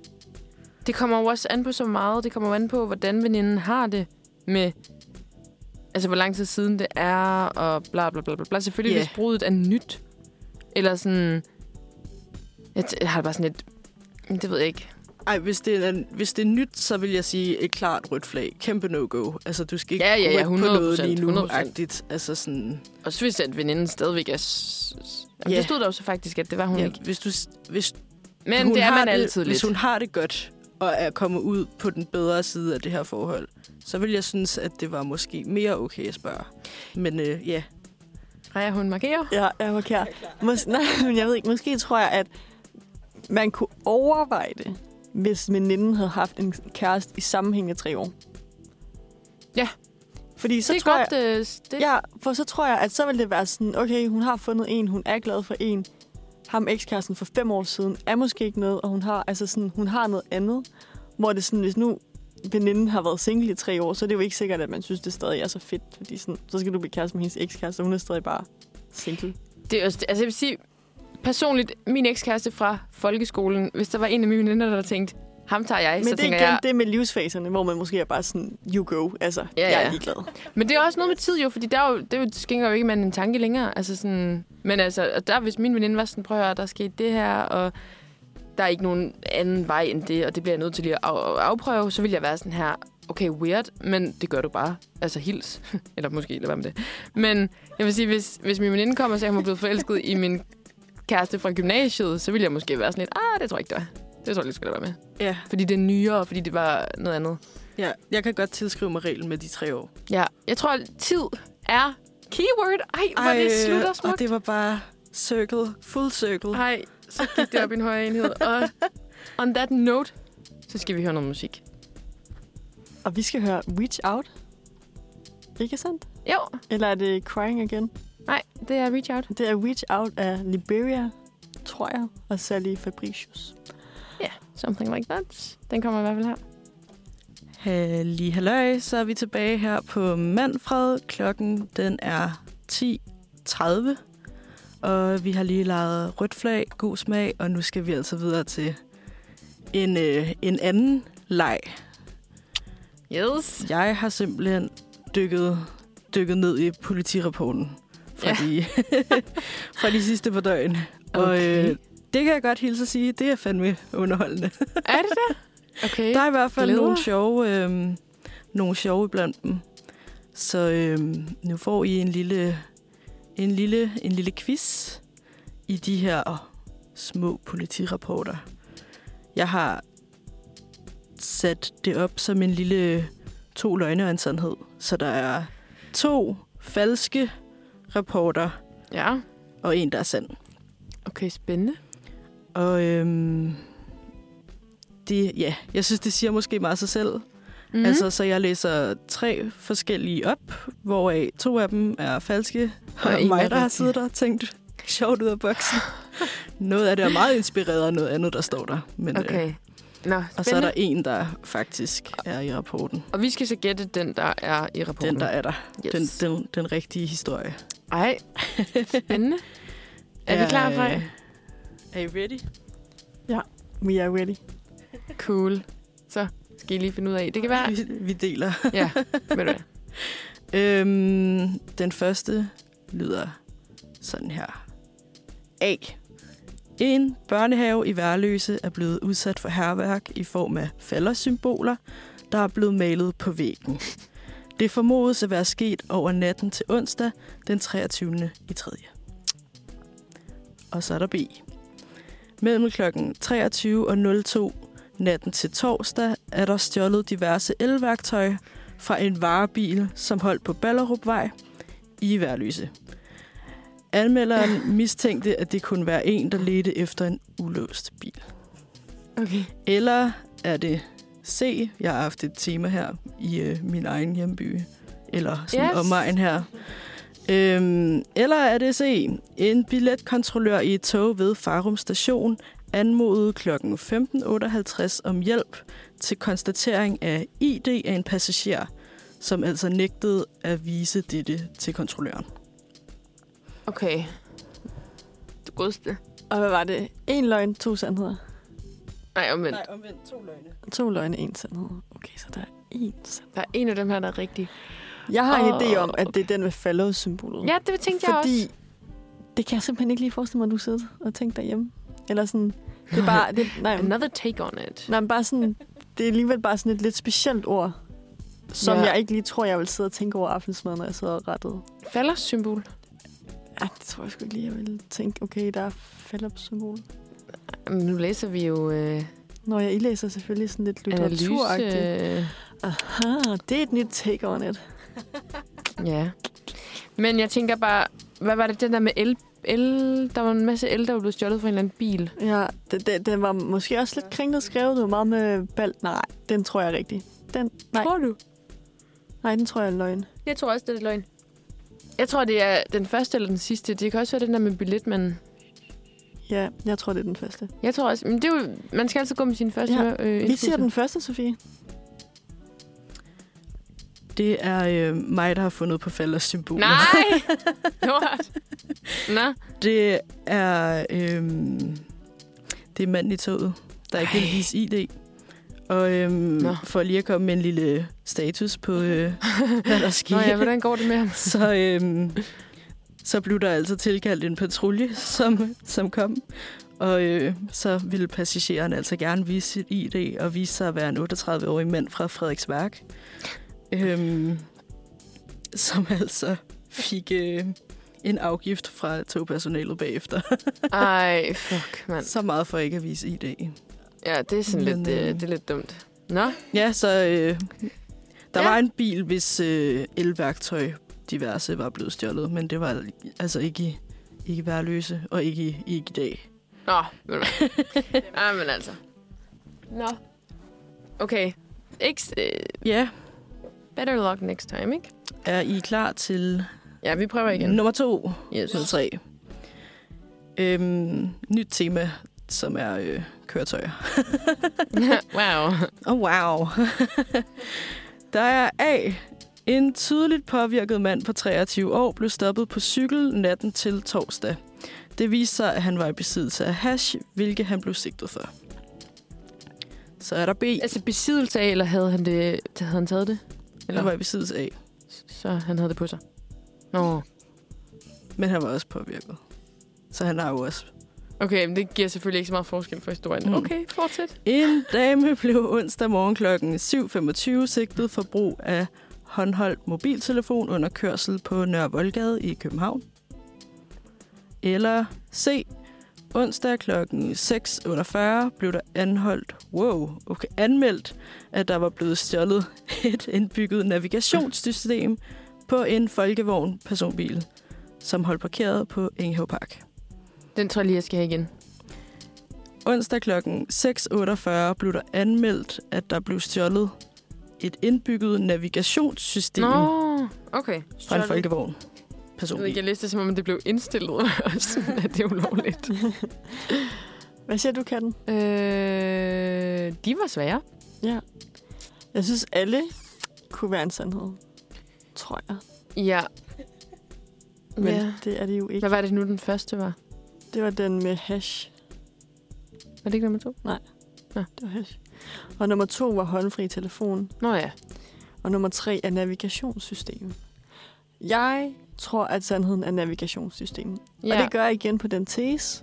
Det kommer jo også an på så meget. Det kommer jo an på, hvordan veninden har det med... Altså, hvor lang tid siden det er, og bla bla bla bla. bla. Selvfølgelig,
Ja.
yeah. hvis brudet er nyt. Eller sådan... Jeg, t- jeg har det bare sådan lidt... "Men Det ved jeg ikke.
Ej, hvis det, er, hvis det er nyt, så vil jeg sige et klart rødt flag. Kæmpe no-go. Altså, du skal ikke
Ja, ja, ja,
rykke på
100%,
noget lige nu.
100%.
Agtigt. Altså sådan,
Og så hvis at veninden stadigvæk er... s- s- Jamen,
Ja.
Det stod der jo så faktisk, at det var hun
ja,
ikke.
hvis, du, hvis
Men
hun
det er
har
man altid
det,
lidt.
Hvis hun har det godt, og er kommet ud på den bedre side af det her forhold, så vil jeg synes, at det var måske mere okay at spørge. Men øh, ja,
Freja, hun markerer.
Ja, jeg var kær. Mås- nej, men jeg ved ikke. Måske tror jeg, at man kunne overveje det, hvis veninden havde haft en kæreste i sammenhængende tre år.
Ja.
Fordi så
det er
tror
godt...
jeg,
øh, s- det,
Ja, for så tror jeg, at så vil det være sådan, okay, hun har fundet en, hun er glad for en. Ham ekskæresten for fem år siden er måske ikke noget, og hun har, altså sådan, hun har noget andet. Hvor det er sådan, hvis nu veninden har været single i tre år, så er det jo ikke sikkert, at man synes, det stadig er så fedt. Fordi sådan, så skal du blive kæreste med hendes ekskæreste, og hun er stadig bare single.
Det er også, altså jeg vil sige, personligt, min ekskæreste fra folkeskolen, hvis der var en af mine veninder, der tænkte, ham tager jeg,
Men
så
det er igen
tænker jeg...
det med livsfaserne, hvor man måske er bare sådan, you go, altså,
Ja,
ja, jeg
ja.
er ligeglad.
Men det er også noget med tid jo, fordi der er jo, det er jo- skænker jo ikke man en tanke længere. Altså sådan, men altså, og der, hvis min veninde var sådan, prøv at høre, der skete det her, og der er ikke nogen anden vej end det, og det bliver jeg nødt til lige at af- at afprøve, så vil jeg være sådan her, okay, weird, men det gør du bare. Altså hils. Eller måske, lad være med det. Men jeg vil sige, hvis, hvis min veninde kommer og siger, at hun er blevet forelsket i min kæreste fra gymnasiet, så vil jeg måske være sådan lidt, ah, det tror jeg ikke, det var. Det tror jeg lige, skal være med.
ja,
Fordi det er nyere, og fordi det var noget andet.
ja, jeg kan godt tilskrive mig reglen med de tre år.
Ja, jeg tror, at tid er keyword. Ej, hvor det slutter
Og
smukt.
det var bare circle, full circle.
Ej, så gik det op i en højere enhed. Og on that note, så skal vi høre noget musik.
Og vi skal høre Reach Out. Ikke sandt?
Jo,
Eller er det Crying Again?
nej, det er Reach Out.
Det er Reach Out af Liberia, tror jeg, og Sally Fabricius.
Something like that. Den kommer i hvert fald her.
Halli halløj, så er vi tilbage her på Manfred. Klokken den er 10.30, og vi har lige lejet rødt flag, god smag, og nu skal vi altså videre til en, øh, en anden leg.
Yes.
Jeg har simpelthen dykket, dykket ned i politirapporten fra,
Ja.
ja. de, fra de sidste par døgn.
Okay.
Og øh, det kan jeg godt hilse at sige, det er fandme underholdende.
Er det det? Okay.
Der er i hvert fald
Glæder.
nogle sjove, øh, nogle sjove blandt dem. Så øh, nu får I en lille, en, lille, en lille quiz i de her små politirapporter. Jeg har sat det op som en lille to løgne og en sandhed. Så der er to falske rapporter
Ja.
og en, der er sand.
Okay, spændende.
Og øhm, det, ja, jeg synes, det siger måske meget sig selv.
Mm.
Altså, så jeg læser tre forskellige op, hvoraf to af dem er falske.
Og
Og,
en er
mig, der har
rigtig.
siddet der og tænkt, sjovt ud af boksen. noget af det er meget inspireret, og noget andet, der står der. Men, øh,
Okay. Nå,
Og så er
spændende.
der en, der faktisk er i rapporten.
Og vi skal så gætte den, der er i rapporten.
Den, der er der.
Yes.
Den, den, den rigtige historie.
Ej, spændende. Er vi klar,
øh,
Frej?
Er I ready?
We are ready.
Cool. Så skal I lige finde ud af. Det kan være...
Vi, vi deler.
Ja, ved du hvad?
Øhm, den første lyder sådan her. A. En børnehave i Værløse er blevet udsat for herværk i form af faldersymboler, der er blevet malet på væggen. Det formodes at være sket over natten til onsdag den 23. i 3. Og så er der B. Mellem kl. 23 og 02 natten til torsdag er der stjålet diverse elværktøj fra en varebil, som holdt på Ballerupvej i Værløse. Anmelderen mistænkte, at det kunne være en, der ledte efter en ulåst bil.
Okay.
Eller er det C, jeg har haft et tema her i øh, min egen hjemby, eller sådan
Yes.
yes. omegn her. Øhm, eller er det C, en billetkontrollør i et tog ved Farum station anmodede kl. 15.58 om hjælp til konstatering af ID af en passager, som altså nægtede at vise dette til kontrolløren.
Okay. Du godste.
Og hvad var det? En løgn, to sandheder.
Nej, omvendt.
omvendt to løgne.
To løgne, en sandhed. Okay, så der er en sandhed.
Der er en af dem her, der er rigtig.
Jeg har oh, en
Åh,
idé om, at det er den med fallow-symbolet.
Ja, det tænkte jeg
Fordi
også.
det kan jeg simpelthen ikke lige forestille mig, at du sidder og tænker derhjemme. Eller sådan, det er bare, det, nej, men-
Another take on it.
nej, men bare sådan, det er alligevel bare sådan et lidt specielt ord, som
Ja.
ja. jeg ikke lige tror, jeg vil sidde og tænke over aftensmaden, når jeg sidder og rettet.
Falder symbol.
Ja, det tror jeg sgu ikke lige, jeg vil tænke, okay, der er fallop-symbol.
Jamen, nu læser vi jo øh,
Når jeg I læser selvfølgelig sådan lidt
analyse.
litteraturagtigt.
Øh,
Aha, det er et nyt take on it.
ja. Men jeg tænker bare, hvad var det den der med el? el der var en masse el, der var blevet stjålet fra en eller anden bil.
Ja, den, den, den var måske også lidt kringlet skrevet. Det var meget med bald. Nej, den tror jeg er rigtig. Den, nej,
Tror du?
nej, den tror jeg er en løgn.
Jeg tror også, det er løgn. Jeg tror, det er den første eller den sidste. Det kan også være den der med billetmanden.
Ja, jeg tror, det er den første.
Jeg tror også, men det er jo, man skal altid gå med sin første
Ja,
ja, øh,
Vi siger den første, Sofie.
Det er øh, mig, der har fundet på falders symboler.
Nej! Lort. Nå.
Det er, øhm, det er manden i toget, der ikke vil vise ID. Og øhm,
Nå.
for lige at komme med en lille status på, øh, hvad der
Nå
skete,
ja, hvordan går det med ham?
så, øhm, så blev der altså tilkaldt en patrulje, som, som kom. Og øh, så ville passageren altså gerne vise sit ID og vise sig at være en 38-årig mand fra Frederiksværk. Øhm, som altså fik øh, en afgift fra togpersonalet bagefter.
Ej, fuck, mand.
Så meget for ikke at vise ID.
Ja, det er sådan
Men,
lidt, øh,
øh,
det er lidt dumt. Nå,
Ja, så øh, der
Ja.
ja. var en bil, hvis øh, elværktøj diverse var blevet stjålet, men det var altså ikke i, ikke i værløse og ikke i, ikke i dag.
nå, ved du hvad. Ej, men altså. Nå. Okay. Ikke, s- øh,
Ja,
better luck next time, ikke?
er I klar til
Ja, vi prøver igen.
nummer to?
Yes.
Nummer tre. Øhm, nyt tema, som er øh, køretøjer.
wow.
Oh, wow. der er A. En tydeligt påvirket mand på 23 år blev stoppet på cykel natten til torsdag. Det viste sig, at han var i besiddelse af hash, hvilket han blev sigtet for. Så er der B,
Altså besiddelse af, eller havde han, det, havde han taget det?
han var i besiddelse af,
Så han havde det på sig. Nå,
men han var også påvirket. Så han har jo også
okay, men det giver selvfølgelig ikke så meget forskel for historien.
Mm.
Okay, fortsæt.
En dame blev onsdag morgen kl. 7.25 sigtet for brug af håndholdt mobiltelefon under kørsel på Nørre Voldgade i København. Eller C. Onsdag kl. 6.48 blev der anholdt, wow, okay, anmeldt, at der var blevet stjålet et indbygget navigationssystem på en folkevogn personbil, som holdt parkeret på Engehave Park.
Den tror jeg lige, jeg skal have igen.
Onsdag kl. 6.48 blev der anmeldt, at der blev stjålet et indbygget navigationssystem
Nå,
no.
okay.
fra en folkevogn.
Jeg ved ikke,
Personbil.
Jeg læste det, som om det blev indstillet, også, at det er ulovligt.
Hvad siger du, Katten?
øh, de var svære.
Jeg synes, alle kunne være en sandhed. Tror jeg.
Ja.
Men ja. det er det jo ikke.
Hvad var det nu, den første var?
Det var den med hash.
Var det ikke nummer to?
Det var hash. Og nummer to var håndfri telefon.
Nå ja.
Og nummer tre er navigationssystem. Jeg tror, at sandheden er navigationssystem. Ja. Og det gør jeg igen på den tese,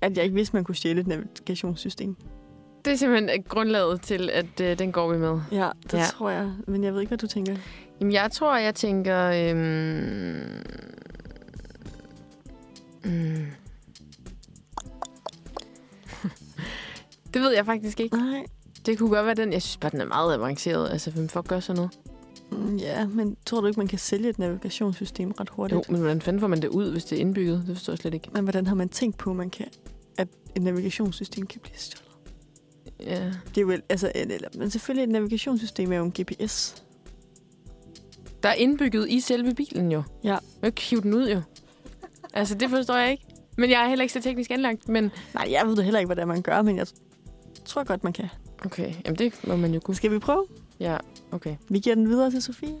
at jeg ikke vidste, man kunne stjæle et navigationssystem.
det er simpelthen øh, grundlaget til, at øh, den går vi med.
Ja, det
Ja.
ja. tror jeg. Men jeg ved ikke, hvad du tænker.
Jamen, jeg tror, jeg tænker... Øhm... Mm. det ved jeg faktisk ikke.
Nej.
Det kunne godt være den. Jeg synes bare, den er meget avanceret. Altså, hvem fuck gør sådan noget?
Mm, Ja, men tror du ikke, man kan sælge et navigationssystem ret hurtigt?
Jo, men hvordan fanden får man det ud, hvis det er indbygget? Det forstår jeg slet ikke.
Men hvordan har man tænkt på, man kan, at et navigationssystem kan blive stjålet?
Ja.
Det er jo, el- altså, en- eller, men selvfølgelig, et navigationssystem er jo en GPS.
Der er indbygget i selve bilen jo.
Ja.
Man kan ikke hive den ud jo. Altså, det forstår jeg ikke. Men jeg er heller ikke så teknisk anlagt, men...
Nej, jeg ved det heller ikke, hvordan man gør, men jeg tror godt, man kan.
Okay, jamen det må man jo kunne.
Skal vi prøve?
Ja, okay.
Vi giver den videre til Sofie.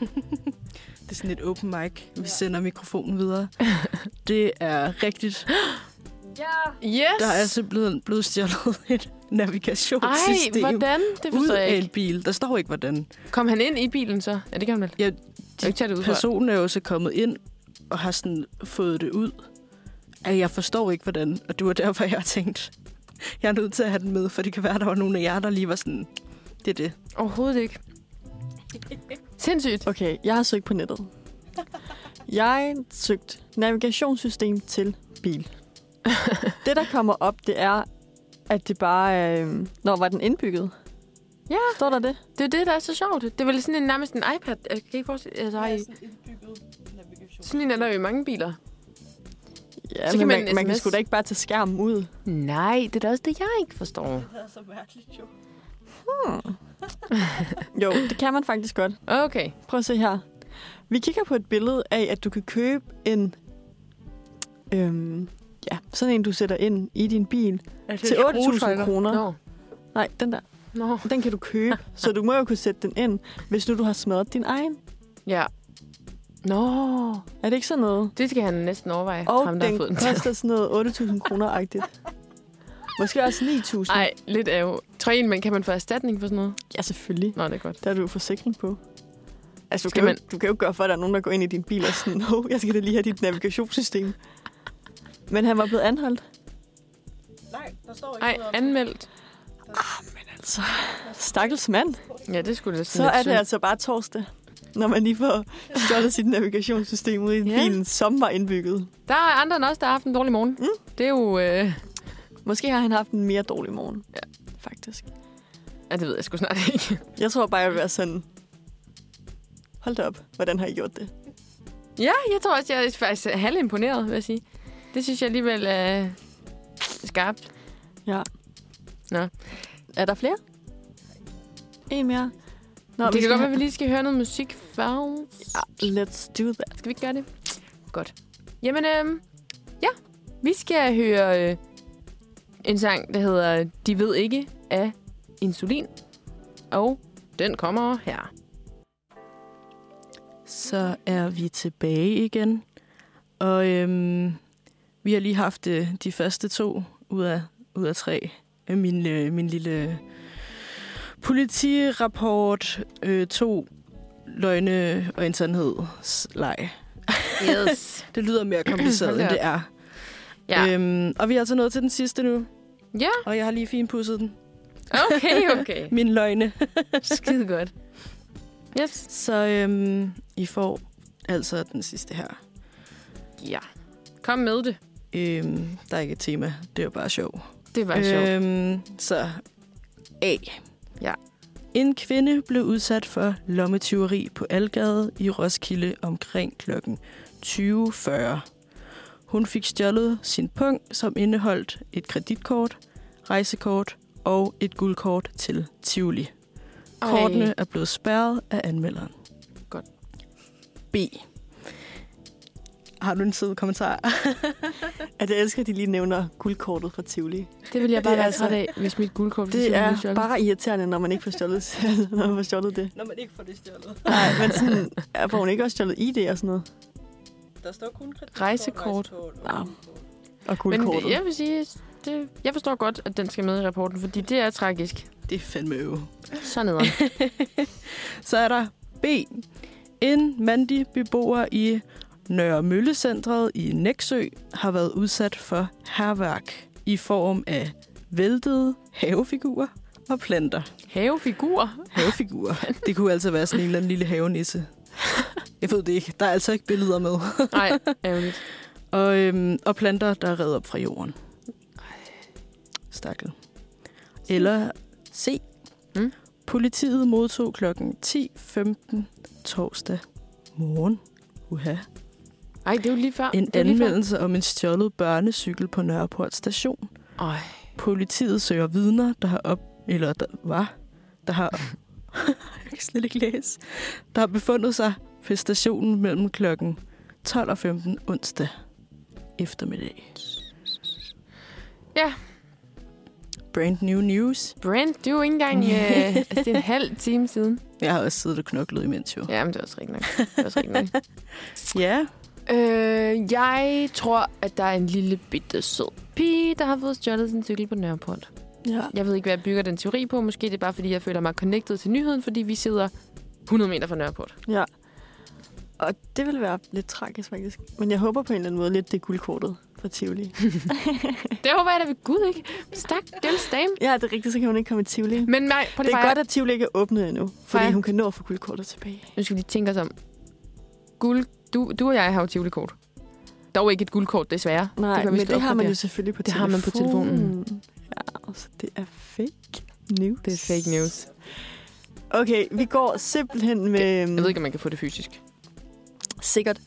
Det er sådan et open mic. Vi sender mikrofonen videre. Det er rigtigt.
Yes!
Der er simpelthen blevet stjålet et
Ej,
navigationssystem
hvordan? Det
ud
forstår jeg
af en
ikke.
bil. Der står ikke, hvordan.
Kom han ind i bilen så? Ja, det kan han vel?
Ja,
de, jeg ikke tage det ud fra.
Personen er jo så kommet ind og har sådan fået det ud. At jeg forstår ikke, hvordan. Og det var derfor, jeg tænkte, jeg er nødt til at have den med, for det kan være, der var nogen af jer, der lige var sådan, det er det.
Overhovedet ikke. Sindssygt.
Okay, jeg har søgt på nettet. Jeg har søgt navigationssystem til bil. Det, der kommer op, det er, at det bare er... Øh, når var den indbygget?
Ja.
Står der det?
Det er det, der er så sjovt. Det er vel sådan en, nærmest en iPad. Jeg kan ikke forestille altså, har I... Sådan en er der jo i mange biler.
Ja,
Så kan
så kan
man
man, man kan
sms.
sgu da ikke bare tage skærmen ud.
Nej, det er da også det, jeg ikke forstår.
Jo, det kan man faktisk godt.
Okay.
Prøv at se her. Vi kigger på et billede af, at du kan købe en... Øhm, ja, sådan en, du sætter ind i din bil til 8.000 kroner.
Altså Nå.
Nej, den der.
Nå.
Den kan du købe, så du må jo kunne sætte den ind, hvis nu du har smadret din egen.
Ja. Nå.
Er det ikke sådan noget?
Det skal han næsten overveje,
Og
ham der har
den
fået den til.
koster sådan noget 8.000 kroner-agtigt. Måske også 9.000.
Ej, lidt af jo. Tror I, egentlig, man kan man få erstatning for sådan noget?
Ja, selvfølgelig.
Nå, det er godt.
Der er du jo forsikring på. Altså, du
Skal
kan, man...
man-
jo, du kan jo ikke gøre for, at der er nogen, der går ind i din bil og sådan, no, jeg skal da lige have dit navigationssystem. Men han var blevet anholdt.
Nej, der står
Ej, anmeldt.
Altså, stakkels mand.
Ja, det skulle da sådan
Så
lidt
er det
synd.
altså bare torsdag, når man lige får stjålet sit navigationssystem ud i
Ja.
bilen, som var indbygget.
Der er andre end os, der har haft en dårlig morgen. Mm. Det er jo... Øh...
Måske har han haft en mere dårlig morgen. Ja. Faktisk.
Ja, det ved jeg sgu snart ikke.
Jeg tror bare, jeg vil være sådan, hold da op, hvordan har I gjort det?
Ja, jeg tror også, jeg er faktisk halvimponeret, vil jeg sige. Det synes jeg alligevel er øh, skarpt.
Ja.
Nå.
Er der flere? En mere. Nå,
det
vi
kan godt
skal
være,
have-
at vi lige skal høre noget musik først.
Ja, Ah, let's do that.
Skal vi ikke gøre det? Godt. Jamen, øhm, ja. Vi skal høre øh, en sang, der hedder De ved ikke af Insulin. Og den kommer her.
Så er vi tilbage igen. Og øhm, vi har lige haft øh, de første to ud af ud af 3 af min, øh, min lille politirapport øh, to løgne og en sandhedslej.
Yes.
Det lyder mere kompliceret,
Hold
end
da
det er.
Ja.
Øhm, og vi er altså nået til den sidste nu,
ja,
og jeg har lige finpudset den.
okay, okay.
Min løgne.
Skide godt. Yes.
Så øhm, I får altså den sidste her.
Ja. Kom med det.
Øhm, der er ikke et tema, det er jo bare sjov.
Det var øh, sjovt.
Øhm, så A.
Ja.
En kvinde blev udsat for lommetyveri på Algade i Roskilde omkring kl. 20.40. Hun fik stjålet sin pung, som indeholdt et kreditkort, rejsekort og et guldkort til Tivoli. Kortene er blevet spærret af anmelderen.
Godt.
B. Har du en sød kommentar?
At Altså, jeg elsker, at de lige nævner guldkortet fra Tivoli.
Det ville jeg
Det
bare
er
være
altså-
træt af, hvis mit guldkort blev
Det
simpelthen
er
stjålet.
bare irriterende, når man ikke får stjålet, når man får stjålet det.
Når man ikke får det stjålet.
Nej, men sådan, er- får hun ikke også stjålet ID og sådan noget?
Der står kun kreditkort,
Rejsekort.
og Og guldkortet.
Men jeg vil sige, det, jeg forstår godt, at den skal med i rapporten, fordi det er tragisk.
Det er fandme øve.
Så nederen.
Så er der B. En mandig beboer i Nørre Møllecentret i Næksø har været udsat for herværk i form af væltede havefigurer og planter.
Havefigur.
Havefigurer. Det kunne altså være sådan en eller anden lille havenisse. Jeg ved det ikke. Der er altså ikke billeder med.
Nej, ærgerligt.
Og, øhm, og planter, der er reddet op fra jorden. Stakkel. Eller C.
Mm.
Mm. Politiet modtog kl. 10.15 torsdag morgen. Uha.
Ej, det er jo lige før.
En
Ah, det er jo lige før.
anmeldelse om en stjålet børnecykel på Nørreport station.
Ej,
Politiet søger vidner, der har op... Eller der, hvad? Der har... jeg kan slet ikke læse. Der har befundet sig på stationen mellem klokken 12 og 15 onsdag eftermiddag.
Ja.
Brand new news.
Brand, det er jo ikke engang øh, altså, det er en halv time siden.
Jeg har også siddet og knoklet imens jo.
Ja, men det er også rigtigt nok. Det er også rigtigt nok.
Ja.
Øh, jeg tror, at der er en lille bitte sød pige, der har fået stjålet sin cykel på Nørreport.
ja.
Jeg ved ikke, hvad jeg bygger den teori på. Måske det er bare, fordi jeg føler mig connected til nyheden, fordi vi sidder 100 meter fra Nørreport.
ja. Og det ville være lidt tragisk, faktisk. Men jeg håber på en eller anden måde lidt, det er guldkortet fra Tivoli.
Det håber jeg da ved Gud, ikke? Stak, døls dame.
Ja, det er rigtigt, så kan hun ikke komme i Tivoli.
Men nej, prøv
Det
lige
er
at
godt, at Tivoli ikke er åbnet endnu, fordi
Freja.
hun kan nå at få guldkortet tilbage.
Nu skal vi lige tænke os om. Guld, du, du og jeg har jo tivoli-kort. Dog ikke et guldkort, desværre.
Nej,
kan
det
vi
men
skal
det har man
opgradere.
jo selvfølgelig på
Det har
telefonen.
man på
Ja, så det er fake news.
Det er fake news.
Okay, vi går simpelthen med... øhm,
Jeg ved ikke, om man kan få det fysisk.
Sikkert.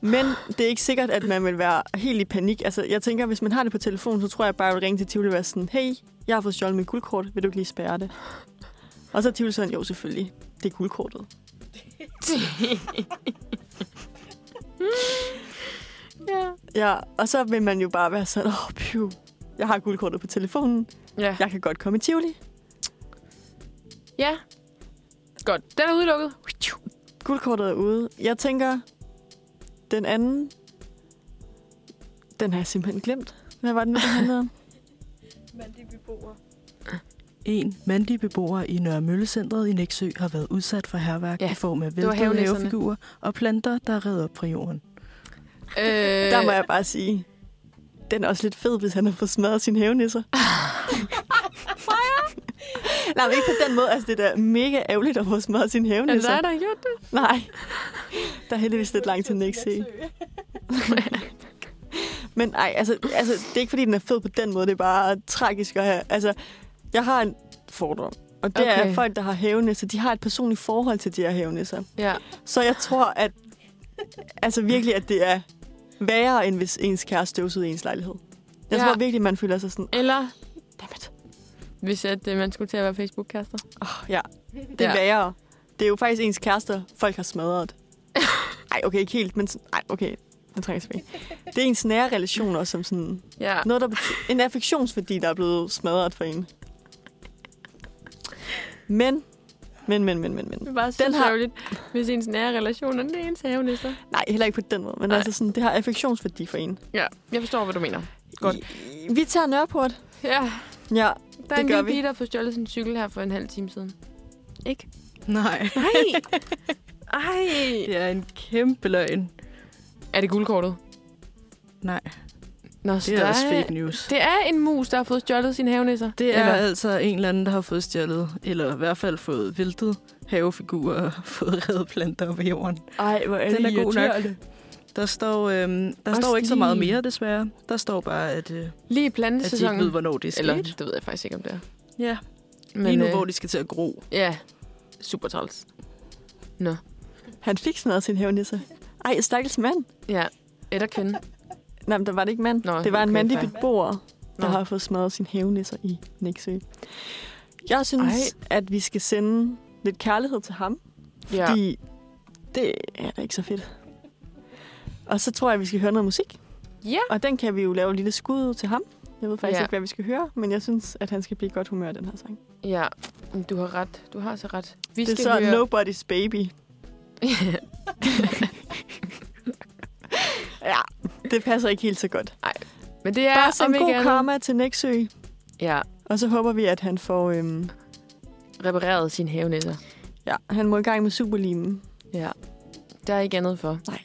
Men det er ikke sikkert, at man vil være helt i panik. Altså, jeg tænker, hvis man har det på telefon, så tror jeg bare, jeg vil ringe til Tivoli og være sådan, hey, jeg har fået stjålet mit guldkort, vil du ikke lige spærre det? Og så er Tivoli sådan, jo selvfølgelig, det er guldkortet.
ja.
Ja, og så vil man jo bare være sådan, åh, oh, pju, jeg har guldkortet på telefonen,
Ja.
jeg kan godt komme i Tivoli.
ja. Godt. Den er udelukket.
Guldkortet er ude. Jeg tænker, den anden, den har jeg simpelthen glemt. Hvad var den, nu, den handlede om?
En mandlig beboer i Nørre Møllecentret i Næksø har været udsat for herværk
Ja,
ja. i form af
var
væltede
havenisserne.
havefigurer og planter, der er reddet op fra jorden.
Øh,
Der må jeg bare sige, den er også lidt fed, hvis han har fået smadret sine hævnisser. Nej, men ikke på den måde. Altså, det er da mega ærgerligt at få smadret sine
Er det
hævnisser.
dig, der har gjort det?
Nej. Der er heldigvis lidt langt til Nexø. Men nej, altså, altså, det er ikke fordi, den er fed på den måde. Det er bare tragisk at have. Altså, jeg har en fordom. Og det okay. er
Okay.
at folk, der har hævnisser. De har et personligt forhold til de her hævnisser.
Ja.
Så jeg tror, at altså virkelig, at det er værre, end hvis ens kæreste støvsugede ens lejlighed. Jeg
Ja.
ja. tror virkelig, man føler sig sådan,
Eller
dammit,
hvis at, øh, man skulle til at være Facebook-kaster.
oh, ja, det er
Ja.
ja. værre. Det er jo faktisk ens kærester, folk har smadret. Nej, okay, ikke helt, men nej, okay, den trænger tilbage. Det er ens nære relationer, som sådan,
Ja.
noget, der betyder, en affektionsværdi, der er blevet smadret for en. Men, men, men, men, men, men.
Det er bare så
Den
den
har-
sørgeligt, hvis ens nære relationer, det er ens havenæsser.
Nej, heller ikke på den måde, men
Nej.
altså sådan, det har affektionsværdi for en.
Ja, jeg forstår, hvad du mener. Godt.
I- Vi tager Nørreport.
Ja,
Ja,
der er
Det
en
gør
lille
vi.
pige, der har fået stjålet sin cykel her for en halv time siden. Ikke?
Nej,
Nej! Ej!
det er en kæmpe løgn.
Er det guldkortet?
Nej,
Nå,
det er også fake news.
Det er en mus, der har fået stjålet sin havenisser.
Det er eller... altså en eller anden, der har fået stjålet, eller i hvert fald fået væltet havefigurer og fået reddet planter op i jorden.
Ej, hvor er
Den
det
er god nok.
irriterende.
Der står, øhm, der
Også
står ikke så meget
lige-
mere, desværre. Der står bare, at, øh,
Lige i
at de ikke ved,
plantesæsonen.
hvornår det er sket.
Eller,
Eller...
det ved jeg faktisk ikke, om det er.
Ja, lige nu,
øh,
hvor de skal til at gro.
Ja, super træls.
Han fik smadret sin hævnisse. Ej, stakkels mand.
Ja, et og kvinde.
Nej, men der var det ikke mand.
Nå,
det var en
okay,
mandlig
fair.
beboer,
Nå.
der har fået smadret sin hævnisser i Næksø. Jeg synes, Ej. at vi skal sende lidt kærlighed til ham,
Ja.
fordi det er da ikke så fedt. Og så tror jeg, at vi skal høre noget musik,
ja.
og den kan vi jo lave et lille skud til ham. Jeg ved faktisk
Ja.
ikke, hvad vi skal høre, men jeg synes, at han skal blive i godt humør af den her sang.
Ja, du har ret. Du har så ret. Vi
det er så Nobody's Baby. Ja, det passer ikke helt så godt.
Men det er
Bare send
om ikke
god
andet-
karma til Nexø,
Ja,
og så håber vi, at han får... Øhm,
repareret sin havenæsser.
ja, han må i gang med superlimen.
Ja. Der er ikke andet for.
Nej.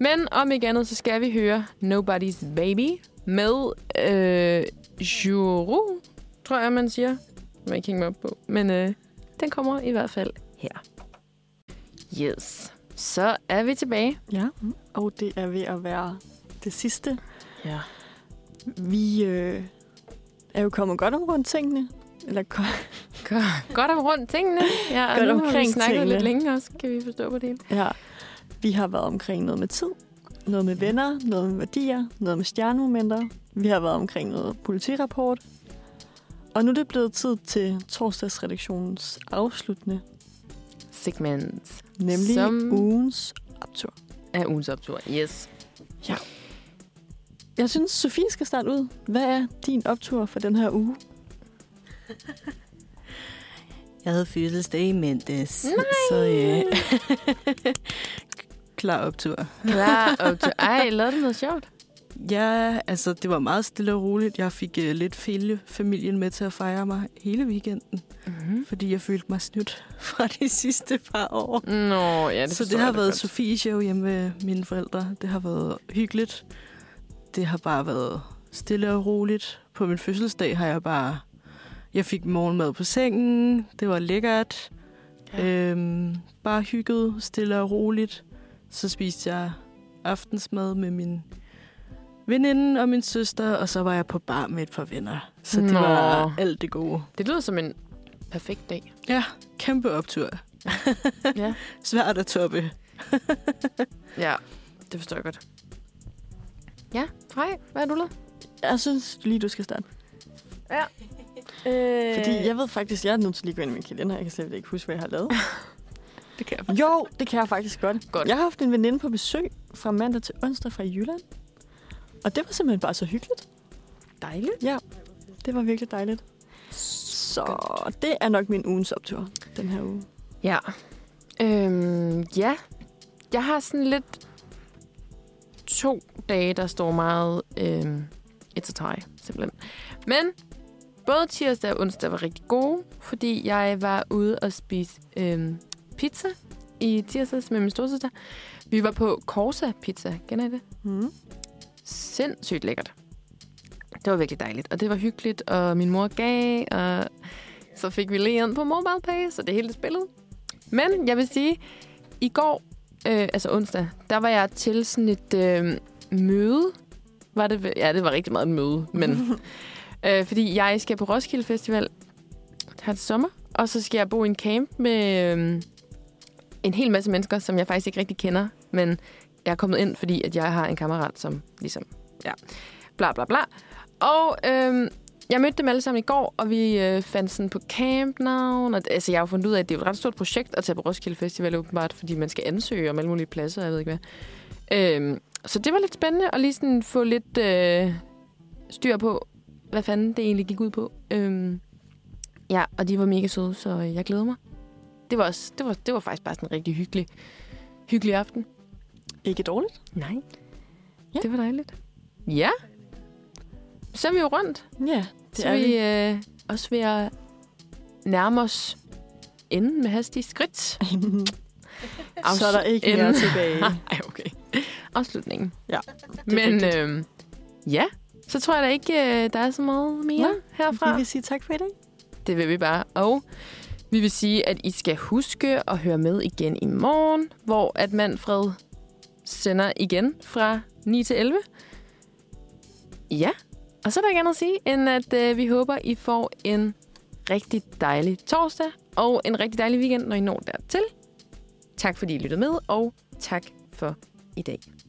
Men om ikke andet, så skal vi høre Nobody's Baby med øh, Juru, tror jeg, man siger. Det må jeg ikke hænge mig op på. Men øh, den kommer i hvert fald her. Yes. Så er vi tilbage.
Ja. Og det er ved at være det sidste.
Ja.
Vi øh, er jo kommet godt om rundt tingene. Eller ko-
Godt om rundt tingene. Ja, og
Godt
nu har vi
omkring
snakket
tingene.
lidt længe også, kan vi forstå på det hele.
ja. Vi har været omkring noget med tid, noget med venner, noget med værdier, noget med stjernemomenter. Vi har været omkring noget politirapport. Og nu er det blevet tid til torsdagsredaktionens afsluttende,
Segments
nemlig
Som-
Som... ugens optur.
af ugens optur. Yes.
Jeg synes, Sofie skal starte ud. Hvad er din optur for den her uge?
Jeg havde fødselsdag i mandags.
Nej!
Så ja. Klar optur.
Klar optur. Ej, lavede du noget sjovt?
Ja, altså det var meget stille og roligt. Jeg fik uh, lidt hele familien med til at fejre mig hele weekenden,
Mm-hmm.
fordi jeg følte mig snydt fra de sidste par år.
Nå, ja,
Ja,
det
det så
forstår
det har
jeg da
været
godt.
Sofies show hjemme ved mine forældre. Det har været hyggeligt. Det har bare været stille og roligt. På min fødselsdag har jeg bare... Jeg fik morgenmad på sengen. Det var lækkert.
Ja.
Ja. Øhm, bare hygget, stille og roligt. Så spiste jeg aftensmad med min veninde og min søster, og så var jeg på bar med et par venner. Så det
Nå.
var alt det gode.
Det lyder som en perfekt dag.
Ja, kæmpe optur.
Ja.
Svært at toppe.
ja, det forstår jeg godt. Ja, Frej, hvad har du lavet?
Jeg synes lige, du skal starte.
Øh...
Fordi jeg ved faktisk, jeg er nødt til lige at gå ind i min kalender. Jeg kan slet ikke huske, hvad jeg har lavet.
Det kan jeg
Jo, det kan jeg faktisk godt.
Godt.
Jeg har haft en veninde på besøg fra mandag til onsdag fra Jylland. Og det var simpelthen bare så hyggeligt.
Dejligt.
Det var virkelig dejligt. Så det er nok min ugens optur den her uge.
Ja. Øhm, ja. Jeg har sådan lidt to dage, der står meget øhm, et tie, simpelthen. Men både tirsdag og onsdag var rigtig gode, fordi jeg var ude og spise øhm, pizza i tirsdags med min storsøster. Vi var på Corsa Pizza. Kender I det?
Mm.
sindssygt lækkert. Det var virkelig dejligt, og det var hyggeligt, og min mor gav, og så fik vi lægen på mobile pay, så det hele spillet. Men jeg vil sige, i går, øh, altså onsdag, der var jeg til sådan et øh, møde. Var det, vel- ja, det var rigtig meget et møde, men... øh, fordi jeg skal på Roskilde Festival her til sommer, og så skal jeg bo i en camp med øh, en hel masse mennesker, som jeg faktisk ikke rigtig kender, men jeg er kommet ind, fordi at jeg har en kammerat, som ligesom, ja, bla bla bla. Og øhm, jeg mødte dem alle sammen i går, og vi øh, fandt sådan på campnavn. Og, altså, jeg har jo fundet ud af, at det er jo et ret stort projekt at tage på Roskilde Festival, åbenbart, fordi man skal ansøge om alle mulige pladser, jeg ved ikke hvad. Øhm, så det var lidt spændende at lige sådan få lidt øh, styr på, hvad fanden det egentlig gik ud på. Øhm, ja, og de var mega søde, så øh, jeg glæder mig. Det var, også, det var, det var faktisk bare sådan en rigtig hyggelig, hyggelig aften.
Ikke dårligt.
Nej.
Ja.
Det var dejligt. Ja. Så er vi jo rundt.
Ja,
Det så er vi øh, også ved at nærme os enden med hastige skridt.
så er der ikke mere
Enden.
tilbage.
Ej, okay. Afslutningen.
Ja,
Men
rigtigt.
øh, ja, så tror jeg da ikke, øh, der er så meget mere
Nej,
herfra.
Vi vil sige tak for i dag.
Det vil vi bare. Og vi vil sige, at I skal huske at høre med igen i morgen, hvor at Manfred sender igen fra 9 til 11. Ja, og så vil jeg gerne sige, end at øh, vi håber, I får en rigtig dejlig torsdag og en rigtig dejlig weekend, når I når dertil. Tak fordi I lyttede med, og tak for i dag.